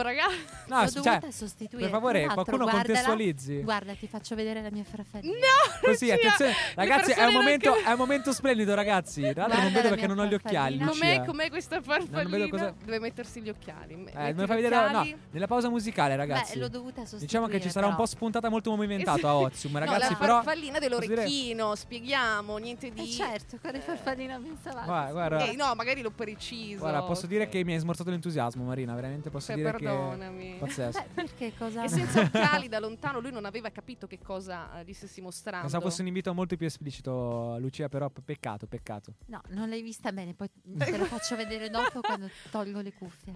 [SPEAKER 1] *laughs*
[SPEAKER 2] ragazzi.
[SPEAKER 1] sostitu-
[SPEAKER 4] No,
[SPEAKER 1] l'ho
[SPEAKER 4] s-
[SPEAKER 1] dovuta
[SPEAKER 4] cioè,
[SPEAKER 1] sostituire.
[SPEAKER 4] per favore,
[SPEAKER 1] Tra l'altro,
[SPEAKER 4] qualcuno
[SPEAKER 1] guardala-
[SPEAKER 4] contestualizzi.
[SPEAKER 1] Guarda, ti faccio vedere la mia farfallina.
[SPEAKER 2] No,
[SPEAKER 4] Così,
[SPEAKER 2] Lucia,
[SPEAKER 4] attenzione,
[SPEAKER 2] le
[SPEAKER 4] ragazzi, è
[SPEAKER 2] persone
[SPEAKER 4] un,
[SPEAKER 2] non
[SPEAKER 4] momento,
[SPEAKER 2] cap-
[SPEAKER 4] è un momento splendido, ragazzi. Tra l'altro,
[SPEAKER 1] Guarda
[SPEAKER 4] non vedo
[SPEAKER 1] la
[SPEAKER 4] perché
[SPEAKER 1] mia
[SPEAKER 4] non ho gli occhiali.
[SPEAKER 1] farfallina.
[SPEAKER 4] Lucia.
[SPEAKER 2] Com'è, com'è questa
[SPEAKER 4] No, non vedo
[SPEAKER 2] farfallina?
[SPEAKER 4] cosa-
[SPEAKER 2] Deve mettersi gli occupiali.
[SPEAKER 4] Eh,
[SPEAKER 2] Metti
[SPEAKER 4] dobbiamo
[SPEAKER 2] gli
[SPEAKER 4] far vedere, no,
[SPEAKER 2] occhiali.
[SPEAKER 4] nella pausa musicale, ragazzi.
[SPEAKER 1] Beh, l'ho dovuta sostituire.
[SPEAKER 4] diciamo che ci sarà un po' spuntata molto
[SPEAKER 1] *laughs*
[SPEAKER 4] movimentata a Ozium,
[SPEAKER 2] No,
[SPEAKER 4] ragazzi.
[SPEAKER 2] la
[SPEAKER 4] però.
[SPEAKER 2] farfallina dell'orecchino, spieghiamo, niente
[SPEAKER 1] E
[SPEAKER 2] di...
[SPEAKER 1] certo, con le farfalline pensavate.
[SPEAKER 4] Eh, Guarda, guarda.
[SPEAKER 2] Eh, no, magari l'ho preciso.
[SPEAKER 4] Guarda, posso dire che mi hai smorzato l'entusiasmo, Marina. Veramente posso
[SPEAKER 2] Esatto. Cioè,
[SPEAKER 4] dire
[SPEAKER 2] perdonami.
[SPEAKER 4] che.
[SPEAKER 2] *laughs*
[SPEAKER 4] Pazzesco.
[SPEAKER 1] Beh, perché cosa?
[SPEAKER 2] E
[SPEAKER 4] Esatto. *laughs*
[SPEAKER 2] senza occhiali da lontano lui non aveva capito che cosa eh, gli stessi mostrando.
[SPEAKER 4] Pensavo fosse un invito molto più esplicito, Lucia, però pe- peccato, peccato.
[SPEAKER 1] *laughs* No, non l'hai vista bene, poi te lo faccio vedere dopo quando tolgo le cuffie.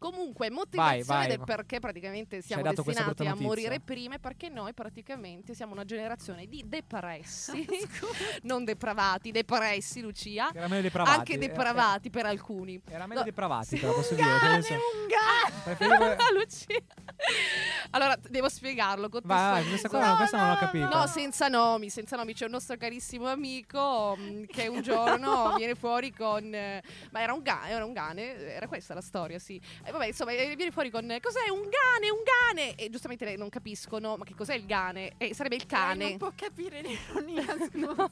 [SPEAKER 2] Comunque, motivazione
[SPEAKER 4] vai.
[SPEAKER 2] del perché praticamente siamo
[SPEAKER 4] dato questa
[SPEAKER 2] destinati
[SPEAKER 4] brutta
[SPEAKER 2] a
[SPEAKER 4] notizia.
[SPEAKER 2] morire prima e perché noi praticamente siamo una generazione di
[SPEAKER 4] *laughs*
[SPEAKER 2] depressi. *laughs* non depravati, depressi, Lucia.
[SPEAKER 4] Era meglio depravati.
[SPEAKER 2] Anche
[SPEAKER 4] era-
[SPEAKER 2] depravati per alcuni.
[SPEAKER 4] Era, era meglio
[SPEAKER 2] No,
[SPEAKER 4] depravati,
[SPEAKER 2] sì. *laughs*
[SPEAKER 4] però posso
[SPEAKER 2] Un
[SPEAKER 4] dire. cioè,
[SPEAKER 2] cane,
[SPEAKER 4] nel senso-
[SPEAKER 2] un cane.
[SPEAKER 4] Preferivo-
[SPEAKER 2] *laughs* Lucia. Allora, t- devo spiegarlo.
[SPEAKER 4] Vai, vai,
[SPEAKER 2] contestualizzare.
[SPEAKER 4] questa, qua, questa non l'ho capita.
[SPEAKER 2] No, senza nomi, senza nomi. C'è un nostro carissimo amico mm, che un
[SPEAKER 4] *laughs*
[SPEAKER 2] giorno viene fuori con. eh, Ma era un, ga- era un cane, era questa la storia, sì. E vabbè, insomma, eh, viene fuori con. eh, Cos'è un cane? Un cane! E giustamente lei non capiscono, ma che cos'è il cane? E sarebbe il cane.
[SPEAKER 4] Eh,
[SPEAKER 2] *laughs*
[SPEAKER 1] Lei Non può capire l'ironia, scusa.
[SPEAKER 2] No.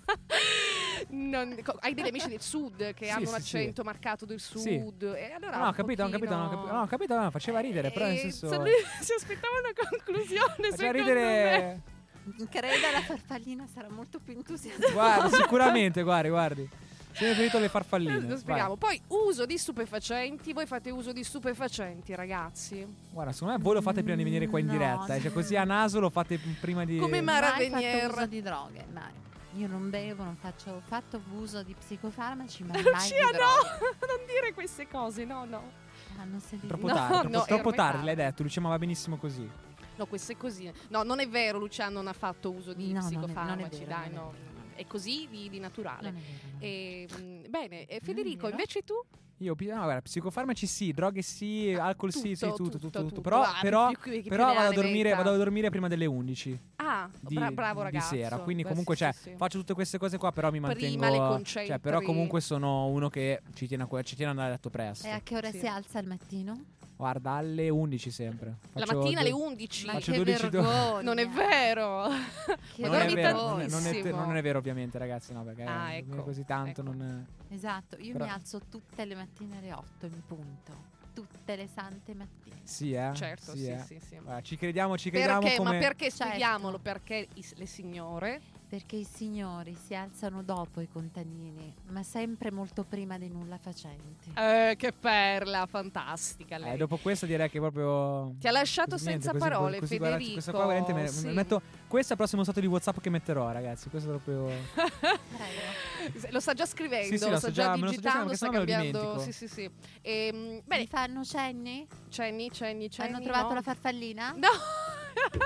[SPEAKER 2] Non- co- hai degli amici del sud che
[SPEAKER 4] Sì,
[SPEAKER 2] hanno un
[SPEAKER 4] sì, sì.
[SPEAKER 2] accento marcato del sud
[SPEAKER 4] Sì.
[SPEAKER 2] e allora
[SPEAKER 4] No, ho
[SPEAKER 2] un
[SPEAKER 4] capito, non ho capito,
[SPEAKER 2] pochino-
[SPEAKER 4] non ho capito. No, ho capito, no, faceva ridere, però nel
[SPEAKER 2] Eh,
[SPEAKER 4] senso.
[SPEAKER 2] so- lui *laughs* si aspettava una conclusione
[SPEAKER 4] Faceva
[SPEAKER 2] secondo me.
[SPEAKER 4] ridere.
[SPEAKER 1] Creda, la farfallina sarà molto più entusiasta.
[SPEAKER 2] *laughs*
[SPEAKER 4] Guarda, sicuramente, guardi, guardi. Se mi hai preferito le farfalline.
[SPEAKER 2] Eh, Lo
[SPEAKER 4] vai.
[SPEAKER 2] spieghiamo. Poi uso di stupefacenti. Voi fate uso di stupefacenti, ragazzi. *laughs*
[SPEAKER 4] Guarda, secondo me voi lo fate prima di venire qua in
[SPEAKER 1] No,
[SPEAKER 4] diretta. eh, Cioè, così a naso lo fate prima di.
[SPEAKER 2] Come ma- Mara
[SPEAKER 1] mai fatto
[SPEAKER 2] Venier.
[SPEAKER 1] uso di droghe, mai. Io non bevo, non faccio ho fatto uso di psicofarmaci,
[SPEAKER 2] *laughs*
[SPEAKER 1] ma mai di
[SPEAKER 2] Lucia,
[SPEAKER 1] droghe.
[SPEAKER 2] ah, no! *laughs* Non dire queste cose, no, no.
[SPEAKER 1] Ah, non si dice.
[SPEAKER 4] Troppo
[SPEAKER 2] No,
[SPEAKER 4] tardi, troppo,
[SPEAKER 2] no,
[SPEAKER 4] troppo
[SPEAKER 2] ormai
[SPEAKER 4] tardi,
[SPEAKER 2] tardi.
[SPEAKER 4] l'hai detto. Lucia, ma va benissimo così.
[SPEAKER 2] No, queste cosine. No, non è vero, Lucia non ha fatto uso di
[SPEAKER 1] No, non è- non è
[SPEAKER 2] psicofarmaci.
[SPEAKER 1] vero, non
[SPEAKER 2] dai, no.
[SPEAKER 1] è vero, non è
[SPEAKER 2] È così di, di
[SPEAKER 1] Non
[SPEAKER 2] naturale.
[SPEAKER 1] è vero, no.
[SPEAKER 2] E, mm, bene, e Federico,
[SPEAKER 1] vero.
[SPEAKER 2] invece tu?
[SPEAKER 4] Io, pi- no, guarda, psicofarmaci sì, droghe sì, alcol sì, sì, tutto, tutto, tutto. Però,
[SPEAKER 2] Ah,
[SPEAKER 4] però,
[SPEAKER 2] più- più- più
[SPEAKER 4] però
[SPEAKER 2] ne ha
[SPEAKER 4] vado, a
[SPEAKER 2] ne
[SPEAKER 4] dormire,
[SPEAKER 2] metta.
[SPEAKER 4] vado a dormire prima delle 11.
[SPEAKER 2] Ah, Ah,
[SPEAKER 4] di,
[SPEAKER 2] bra- bravo
[SPEAKER 4] di
[SPEAKER 2] ragazzo.
[SPEAKER 4] sera. Quindi,
[SPEAKER 2] Beh,
[SPEAKER 4] comunque,
[SPEAKER 2] sì,
[SPEAKER 4] cioè,
[SPEAKER 2] sì, sì.
[SPEAKER 4] faccio tutte queste cose qua, però mi
[SPEAKER 2] Prima
[SPEAKER 4] mantengo.
[SPEAKER 2] le
[SPEAKER 4] Cioè, però
[SPEAKER 2] concentri.
[SPEAKER 4] comunque sono uno che ci tiene a, que- ci tiene ad andare a letto
[SPEAKER 2] Eh,
[SPEAKER 4] presto.
[SPEAKER 1] E a che ora
[SPEAKER 2] Sì.
[SPEAKER 1] si alza il mattino?
[SPEAKER 4] Guarda, alle 11 sempre.
[SPEAKER 2] La
[SPEAKER 4] Faccio
[SPEAKER 2] mattina alle
[SPEAKER 4] due-
[SPEAKER 2] 11.
[SPEAKER 1] Ma
[SPEAKER 4] Faccio
[SPEAKER 1] che
[SPEAKER 4] 12 do-
[SPEAKER 1] vergogna.
[SPEAKER 2] Non è vero.
[SPEAKER 1] Che
[SPEAKER 4] Ma
[SPEAKER 2] Ma
[SPEAKER 4] non è,
[SPEAKER 2] dormi
[SPEAKER 4] vero, non, è, non è-
[SPEAKER 2] tantissimo.
[SPEAKER 4] non è vero, ovviamente, ragazzi. No, perché
[SPEAKER 2] Ah,
[SPEAKER 4] eh,
[SPEAKER 2] ecco,
[SPEAKER 4] così tanto
[SPEAKER 2] ecco.
[SPEAKER 4] non.
[SPEAKER 1] Esatto, io
[SPEAKER 4] Però-
[SPEAKER 1] mi alzo tutte le mattine alle 8 in punto. Tutte le sante mattine.
[SPEAKER 4] Sì, eh.
[SPEAKER 2] Certo, sì,
[SPEAKER 4] eh.
[SPEAKER 2] sì, sì.
[SPEAKER 4] Guarda, ci crediamo, ci crediamo
[SPEAKER 2] Perché?
[SPEAKER 4] come.
[SPEAKER 2] Ma perché
[SPEAKER 1] Certo.
[SPEAKER 2] spieghiamolo? Perché i- le signore
[SPEAKER 1] Perché i signori si alzano dopo i contadini, ma sempre molto prima dei nulla facenti.
[SPEAKER 2] Eh, che perla, fantastica
[SPEAKER 4] Eh,
[SPEAKER 2] lei.
[SPEAKER 4] dopo questo direi che proprio.
[SPEAKER 2] Ti ha lasciato
[SPEAKER 4] Così,
[SPEAKER 2] senza
[SPEAKER 4] niente, così-
[SPEAKER 2] parole,
[SPEAKER 4] così, guarda,
[SPEAKER 2] Federico.
[SPEAKER 4] questa qua veramente me-
[SPEAKER 2] Sì.
[SPEAKER 4] me- metto. Questa è il prossimo stato di WhatsApp che metterò, ragazzi. Questo è
[SPEAKER 2] *laughs*
[SPEAKER 4] proprio.
[SPEAKER 1] Prego.
[SPEAKER 2] Lo sta già scrivendo,
[SPEAKER 4] Sì, sì,
[SPEAKER 2] lo,
[SPEAKER 4] lo
[SPEAKER 2] sta
[SPEAKER 4] so
[SPEAKER 2] già
[SPEAKER 4] già, me lo sto
[SPEAKER 2] digitando,
[SPEAKER 4] già perché
[SPEAKER 2] sta
[SPEAKER 4] sennò me lo
[SPEAKER 2] cambiando. Sì, sì,
[SPEAKER 4] dimentico.
[SPEAKER 2] sì. Ehm, bene,
[SPEAKER 1] Mi fanno cenni?
[SPEAKER 2] Cenni, Cenni, Cenni.
[SPEAKER 1] Hanno trovato
[SPEAKER 2] no.
[SPEAKER 1] la farfallina?
[SPEAKER 2] No. *laughs*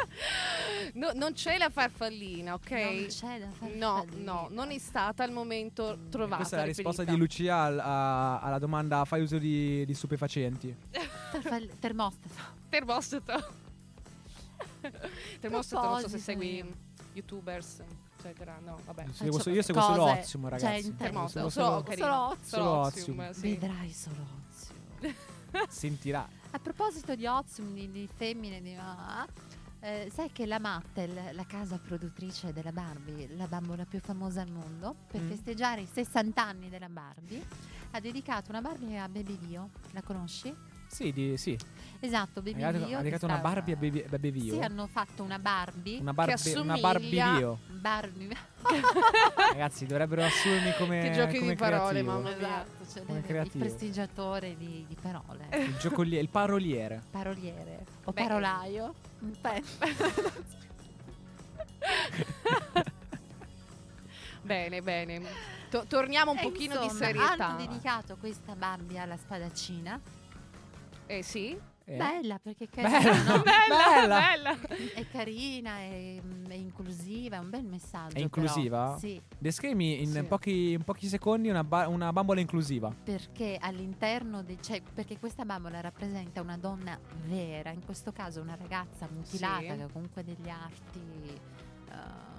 [SPEAKER 2] No, non c'è la farfallina, ok?
[SPEAKER 1] Non c'è la farfallina.
[SPEAKER 2] No, no, non è stata al momento trovata.
[SPEAKER 4] Questa è la risposta
[SPEAKER 2] reperita.
[SPEAKER 4] di Lucia al- a- alla domanda: fai uso di,
[SPEAKER 2] *laughs*
[SPEAKER 4] di stupefacenti?
[SPEAKER 1] Farfall- termostato.
[SPEAKER 2] Termostato.
[SPEAKER 1] *laughs*
[SPEAKER 2] Termostato, non so se
[SPEAKER 1] Proposito,
[SPEAKER 2] segui
[SPEAKER 1] io.
[SPEAKER 2] youtubers, eccetera. No, vabbè.
[SPEAKER 4] Io seguo, so- io
[SPEAKER 1] cose,
[SPEAKER 4] seguo solo Ozium, ragazzi.
[SPEAKER 1] gente.
[SPEAKER 4] Seguo
[SPEAKER 2] Termostato,
[SPEAKER 4] solo-
[SPEAKER 2] solo,
[SPEAKER 4] solo-
[SPEAKER 2] carino.
[SPEAKER 1] solo Ozium.
[SPEAKER 4] Solo
[SPEAKER 2] Ozium,
[SPEAKER 4] Ozium.
[SPEAKER 2] sì.
[SPEAKER 1] Vedrai solo Ozio.
[SPEAKER 4] sentirà.
[SPEAKER 1] A proposito di Ozium, di, di femmine, di ah, eh, sai che la Mattel, la casa produttrice della Barbie, la bambola più famosa al mondo, per
[SPEAKER 4] Mm.
[SPEAKER 1] festeggiare i 60 anni della Barbie, ha dedicato una Barbie a Baby Dio. La conosci?
[SPEAKER 4] Sì, di, sì.
[SPEAKER 1] Esatto, Baby
[SPEAKER 4] Ha
[SPEAKER 1] Dio.
[SPEAKER 4] dedicato- ha
[SPEAKER 1] che
[SPEAKER 4] dedicato una
[SPEAKER 1] stava-
[SPEAKER 4] Barbie a Baby- Baby Dio.
[SPEAKER 1] Sì, hanno fatto una Barbie.
[SPEAKER 4] Una, barbe, una
[SPEAKER 2] assomiglia-
[SPEAKER 4] Barbie
[SPEAKER 2] *laughs*
[SPEAKER 4] Dio.
[SPEAKER 1] Barbie.
[SPEAKER 4] *laughs*
[SPEAKER 1] *laughs*
[SPEAKER 4] Ragazzi, dovrebbero assumermi come.
[SPEAKER 2] Che giochi
[SPEAKER 4] come
[SPEAKER 2] di parole,
[SPEAKER 4] creativo.
[SPEAKER 2] mamma mia.
[SPEAKER 1] Esatto, cioè
[SPEAKER 4] Come
[SPEAKER 1] deve- il
[SPEAKER 4] creativo. Eh.
[SPEAKER 1] prestigiatore di, di parole.
[SPEAKER 4] Il giocoliere, il paroliere.
[SPEAKER 1] Paroliere o
[SPEAKER 2] Beh.
[SPEAKER 1] parolaio. Beh.
[SPEAKER 2] Bene, bene. To- torniamo un
[SPEAKER 1] E
[SPEAKER 2] pochino di
[SPEAKER 1] eh, insomma,
[SPEAKER 2] serietà.
[SPEAKER 1] Hanno dedicato questa Barbie alla spadaccina.
[SPEAKER 2] Eh sì.
[SPEAKER 4] Eh.
[SPEAKER 1] Bella perché è
[SPEAKER 4] *laughs* Bella.
[SPEAKER 1] carina, no?
[SPEAKER 4] Bella.
[SPEAKER 2] bella.
[SPEAKER 1] è, carina è, mm, è inclusiva, è un bel messaggio.
[SPEAKER 4] È
[SPEAKER 1] però.
[SPEAKER 4] inclusiva?
[SPEAKER 1] Sì,
[SPEAKER 4] Descrivimi in,
[SPEAKER 2] Sì.
[SPEAKER 4] pochi, in pochi secondi una, ba- una bambola inclusiva.
[SPEAKER 1] perché all'interno di, cioè, perché questa bambola rappresenta una donna vera, in questo caso una ragazza mutilata
[SPEAKER 2] Sì.
[SPEAKER 1] che ha comunque degli arti, eh,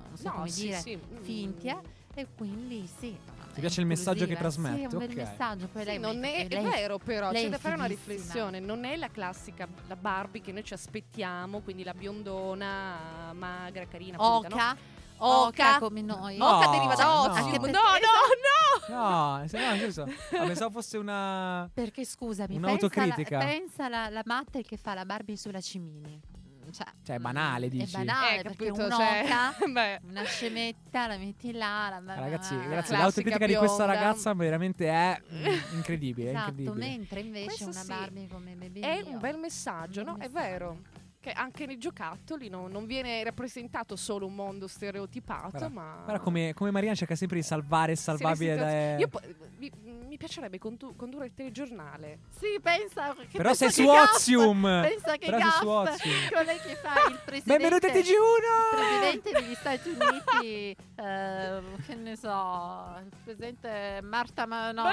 [SPEAKER 1] non so
[SPEAKER 2] No,
[SPEAKER 1] come
[SPEAKER 2] sì,
[SPEAKER 1] dire,
[SPEAKER 2] sì. mm.
[SPEAKER 1] finti, eh? E quindi sì.
[SPEAKER 4] Ti piace il messaggio che
[SPEAKER 1] inclusiva. Sì, è
[SPEAKER 4] trasmette?
[SPEAKER 1] un bel
[SPEAKER 4] Ok.
[SPEAKER 1] messaggio. Poi
[SPEAKER 2] Sì,
[SPEAKER 1] lei
[SPEAKER 2] non
[SPEAKER 1] perché
[SPEAKER 2] è, è
[SPEAKER 1] lei-
[SPEAKER 2] vero però,
[SPEAKER 1] lei
[SPEAKER 2] c'è
[SPEAKER 1] è
[SPEAKER 2] da fare una
[SPEAKER 1] fighissima.
[SPEAKER 2] riflessione, non è la classica la Barbie che noi ci aspettiamo, quindi la biondona, magra, carina,
[SPEAKER 1] Oh,
[SPEAKER 2] pulita, no?
[SPEAKER 1] Oca,
[SPEAKER 2] Oca.
[SPEAKER 1] oca come noi.
[SPEAKER 4] No,
[SPEAKER 2] Oca deriva da
[SPEAKER 4] no.
[SPEAKER 2] Ozium.
[SPEAKER 4] Anche
[SPEAKER 2] No,
[SPEAKER 1] perché-
[SPEAKER 4] Esatto.
[SPEAKER 2] no, no.
[SPEAKER 4] No, se no, giusto. Ah, pensavo fosse una.
[SPEAKER 1] Perché scusami,
[SPEAKER 4] Un'autocritica.
[SPEAKER 1] pensa la, pensa la, la Mattel che fa la Barbie sulla Cimini. Cioè,
[SPEAKER 4] Cioè, è banale, dici?
[SPEAKER 1] È banale,
[SPEAKER 2] Eh,
[SPEAKER 1] perché
[SPEAKER 2] capito,
[SPEAKER 1] un'oca,
[SPEAKER 2] cioè, *laughs* beh.
[SPEAKER 1] una scemetta, la metti là. La, la- la-
[SPEAKER 4] Ragazzi, grazie.
[SPEAKER 2] Ah, classica
[SPEAKER 4] L'autocritica di questa
[SPEAKER 2] bionda.
[SPEAKER 4] ragazza veramente è mm, incredibile. è
[SPEAKER 1] Esatto,
[SPEAKER 4] incredibile.
[SPEAKER 1] mentre invece
[SPEAKER 2] Questo
[SPEAKER 1] una
[SPEAKER 2] sì.
[SPEAKER 1] Barbie come Baby
[SPEAKER 2] È
[SPEAKER 1] Dio
[SPEAKER 2] un bel messaggio, no? È
[SPEAKER 1] Messaggio.
[SPEAKER 2] vero. Che anche nei giocattoli no- non viene rappresentato solo un mondo stereotipato,
[SPEAKER 4] Guarda,
[SPEAKER 2] ma.
[SPEAKER 4] Guarda come, come Mariana cerca sempre di salvare il
[SPEAKER 2] se le
[SPEAKER 4] salvabile.
[SPEAKER 2] situazioni-
[SPEAKER 4] da-
[SPEAKER 2] Io po- mi, mi piacerebbe condu- condurre il telegiornale.
[SPEAKER 1] Sì, pensa. Che
[SPEAKER 4] Però
[SPEAKER 1] pensa
[SPEAKER 4] sei
[SPEAKER 1] che
[SPEAKER 4] su
[SPEAKER 1] gaff-
[SPEAKER 4] Ozium!
[SPEAKER 1] Pensa che
[SPEAKER 4] Però sei su
[SPEAKER 1] gaff *laughs*
[SPEAKER 4] Ozium.
[SPEAKER 1] Quello che fa il presidente.
[SPEAKER 4] *laughs* Benvenuti a
[SPEAKER 1] Il
[SPEAKER 4] TG1!
[SPEAKER 1] presidente degli Stati Uniti, eh, che ne so, il presidente Marta Ma-
[SPEAKER 4] *laughs*
[SPEAKER 1] no,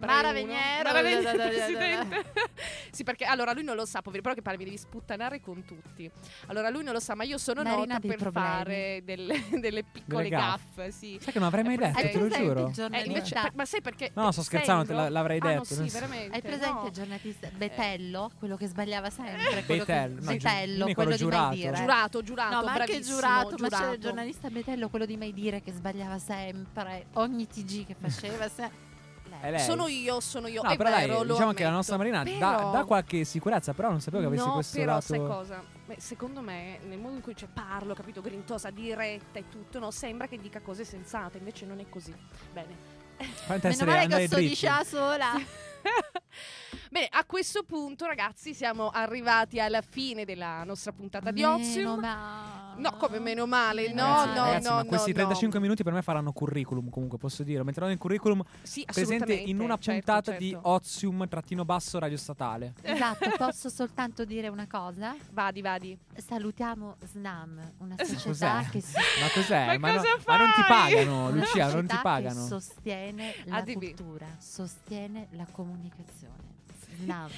[SPEAKER 1] Mara
[SPEAKER 2] Uno.
[SPEAKER 1] Veniero. *laughs*
[SPEAKER 2] Mara Veniero, presidente. *laughs* sì, perché allora lui non lo sa, povero, però che parla, mi devi sputtanare con tutti. Allora lui non lo sa, ma io sono
[SPEAKER 1] Marina
[SPEAKER 2] nota
[SPEAKER 1] dei
[SPEAKER 2] per
[SPEAKER 1] problemi.
[SPEAKER 2] fare delle, *laughs* delle piccole
[SPEAKER 4] Delle gaffe.
[SPEAKER 2] gaffe, sì.
[SPEAKER 4] Sai che non avrei mai
[SPEAKER 2] È
[SPEAKER 4] detto,
[SPEAKER 1] Hai
[SPEAKER 4] te lo
[SPEAKER 1] presente
[SPEAKER 4] giuro.
[SPEAKER 1] il
[SPEAKER 2] Eh, invece-
[SPEAKER 1] giornalista?
[SPEAKER 2] per- ma sai perché?
[SPEAKER 4] No, sto scherzando, te
[SPEAKER 2] essendo-
[SPEAKER 4] la- l'avrei
[SPEAKER 2] Ah, no,
[SPEAKER 4] detto,
[SPEAKER 2] sì,
[SPEAKER 4] non so.
[SPEAKER 2] veramente.
[SPEAKER 1] Hai presente
[SPEAKER 2] no.
[SPEAKER 1] il giornalista Betello, quello che sbagliava sempre? quello che-
[SPEAKER 4] Betello, no, giu-
[SPEAKER 1] Betello,
[SPEAKER 4] dimmi quello
[SPEAKER 1] quello di mai
[SPEAKER 4] giurato.
[SPEAKER 1] dire.
[SPEAKER 2] Giurato, giurato,
[SPEAKER 1] No, ma anche
[SPEAKER 2] bravissimo,
[SPEAKER 1] giurato, ma c'era il
[SPEAKER 2] giurato.
[SPEAKER 1] giornalista Betello, quello di mai dire che sbagliava sempre, ogni TG che faceva. se- lei.
[SPEAKER 4] *laughs* È lei.
[SPEAKER 2] Sono io, sono io.
[SPEAKER 4] No,
[SPEAKER 2] è
[SPEAKER 4] però
[SPEAKER 2] vero,
[SPEAKER 4] dai,
[SPEAKER 2] lo
[SPEAKER 4] diciamo che la nostra
[SPEAKER 2] ammetto.
[SPEAKER 4] Marina
[SPEAKER 2] Però-
[SPEAKER 4] dà, dà qualche sicurezza, però non sapevo che avesse
[SPEAKER 2] no,
[SPEAKER 4] questo
[SPEAKER 2] però
[SPEAKER 4] lato.
[SPEAKER 2] sai cosa? Beh, secondo me, nel modo in cui cioè, parlo, capito, grintosa, diretta e tutto, no, sembra che dica cose sensate, invece non è così. *laughs* Bene.
[SPEAKER 1] Meno
[SPEAKER 4] Quanta essere-
[SPEAKER 1] male che
[SPEAKER 4] andare
[SPEAKER 1] ho 12
[SPEAKER 4] dritti.
[SPEAKER 1] a sola.
[SPEAKER 2] Bene, a questo punto, ragazzi, siamo arrivati alla fine della nostra puntata di
[SPEAKER 1] Meno
[SPEAKER 2] Ozium.
[SPEAKER 1] male.
[SPEAKER 2] No, come meno male, no,
[SPEAKER 4] Ragazzi,
[SPEAKER 2] no,
[SPEAKER 4] ragazzi,
[SPEAKER 2] no,
[SPEAKER 4] ma
[SPEAKER 2] no,
[SPEAKER 4] questi
[SPEAKER 2] no.
[SPEAKER 4] 35 minuti per me faranno curriculum, comunque posso dire, lo metterò nel curriculum
[SPEAKER 2] Sì,
[SPEAKER 4] presente
[SPEAKER 2] assolutamente,
[SPEAKER 4] in una
[SPEAKER 2] certo,
[SPEAKER 4] puntata
[SPEAKER 2] certo.
[SPEAKER 4] di Ozium trattino basso radio statale.
[SPEAKER 2] *laughs*
[SPEAKER 1] Esatto, posso soltanto dire una cosa?
[SPEAKER 2] Vadi, vadi.
[SPEAKER 1] Salutiamo Snam, una
[SPEAKER 2] Ma
[SPEAKER 1] società
[SPEAKER 4] cos'è?
[SPEAKER 1] che si
[SPEAKER 4] Ma cos'è?
[SPEAKER 2] Ma cosa
[SPEAKER 4] no- ma non ti
[SPEAKER 2] fai?
[SPEAKER 4] pagano,
[SPEAKER 1] una
[SPEAKER 4] Lucia, non ti
[SPEAKER 1] società
[SPEAKER 4] pagano.
[SPEAKER 1] Che sostiene la
[SPEAKER 2] ADB.
[SPEAKER 1] cultura, sostiene la comunicazione. Snam.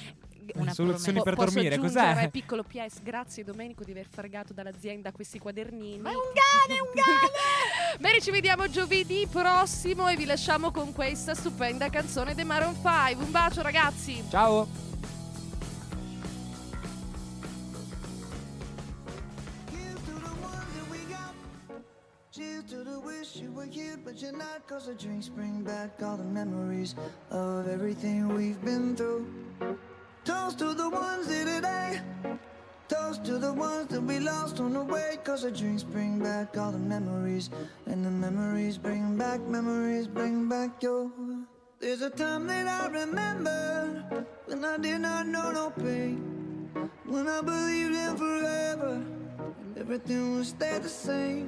[SPEAKER 1] una
[SPEAKER 4] Soluzioni
[SPEAKER 1] promessa.
[SPEAKER 4] per
[SPEAKER 2] posso
[SPEAKER 4] dormire,
[SPEAKER 2] aggiungere,
[SPEAKER 4] cos'è?
[SPEAKER 2] Piccolo PS, grazie Domenico di aver fregato dall'azienda questi quadernini.
[SPEAKER 1] Ma è un cane, è un cane!
[SPEAKER 2] *laughs* Bene, ci vediamo giovedì prossimo e vi lasciamo con questa stupenda canzone dei Maroon 5. Un bacio ragazzi!
[SPEAKER 4] Ciao!
[SPEAKER 7] Here's to the ones that we got. Cheers to the wish you were here, but you're not. Cause the drinks bring back all the memories of everything we've been through. Toast to the ones here today. Toast to the ones that we lost on the way. Cause the drinks bring back all the memories. And the memories bring back, memories bring back your. There's a time that I remember when I did not know no pain. When I believed in forever. And everything will stay the same.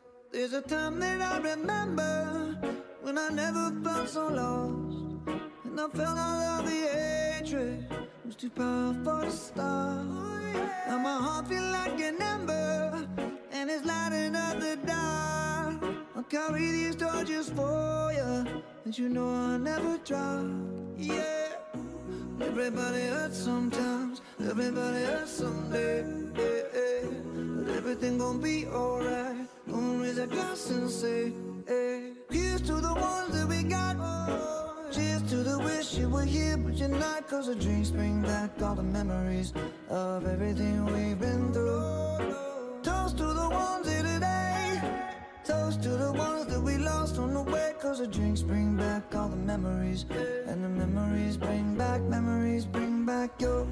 [SPEAKER 7] There's a time that I remember when I never felt so lost. And I felt all of the hatred was too powerful to stop. Now my heart feel like an ember, and it's lighting up the dark. I'll carry these torches for you, and you know I'll never drop. Yeah, everybody hurts sometimes, everybody hurts someday. Yeah, yeah. But everything gonna be alright. Gonna raise a glass and say, hey. Here's to the ones that we got. Cheers to the wish you were here, but you're not. Cause the dreams bring back all the memories of everything we've been through. Toast to the ones here today. Toast to the ones that we lost on the way. Cause the drinks bring back all the memories. And the memories bring back, memories bring back your.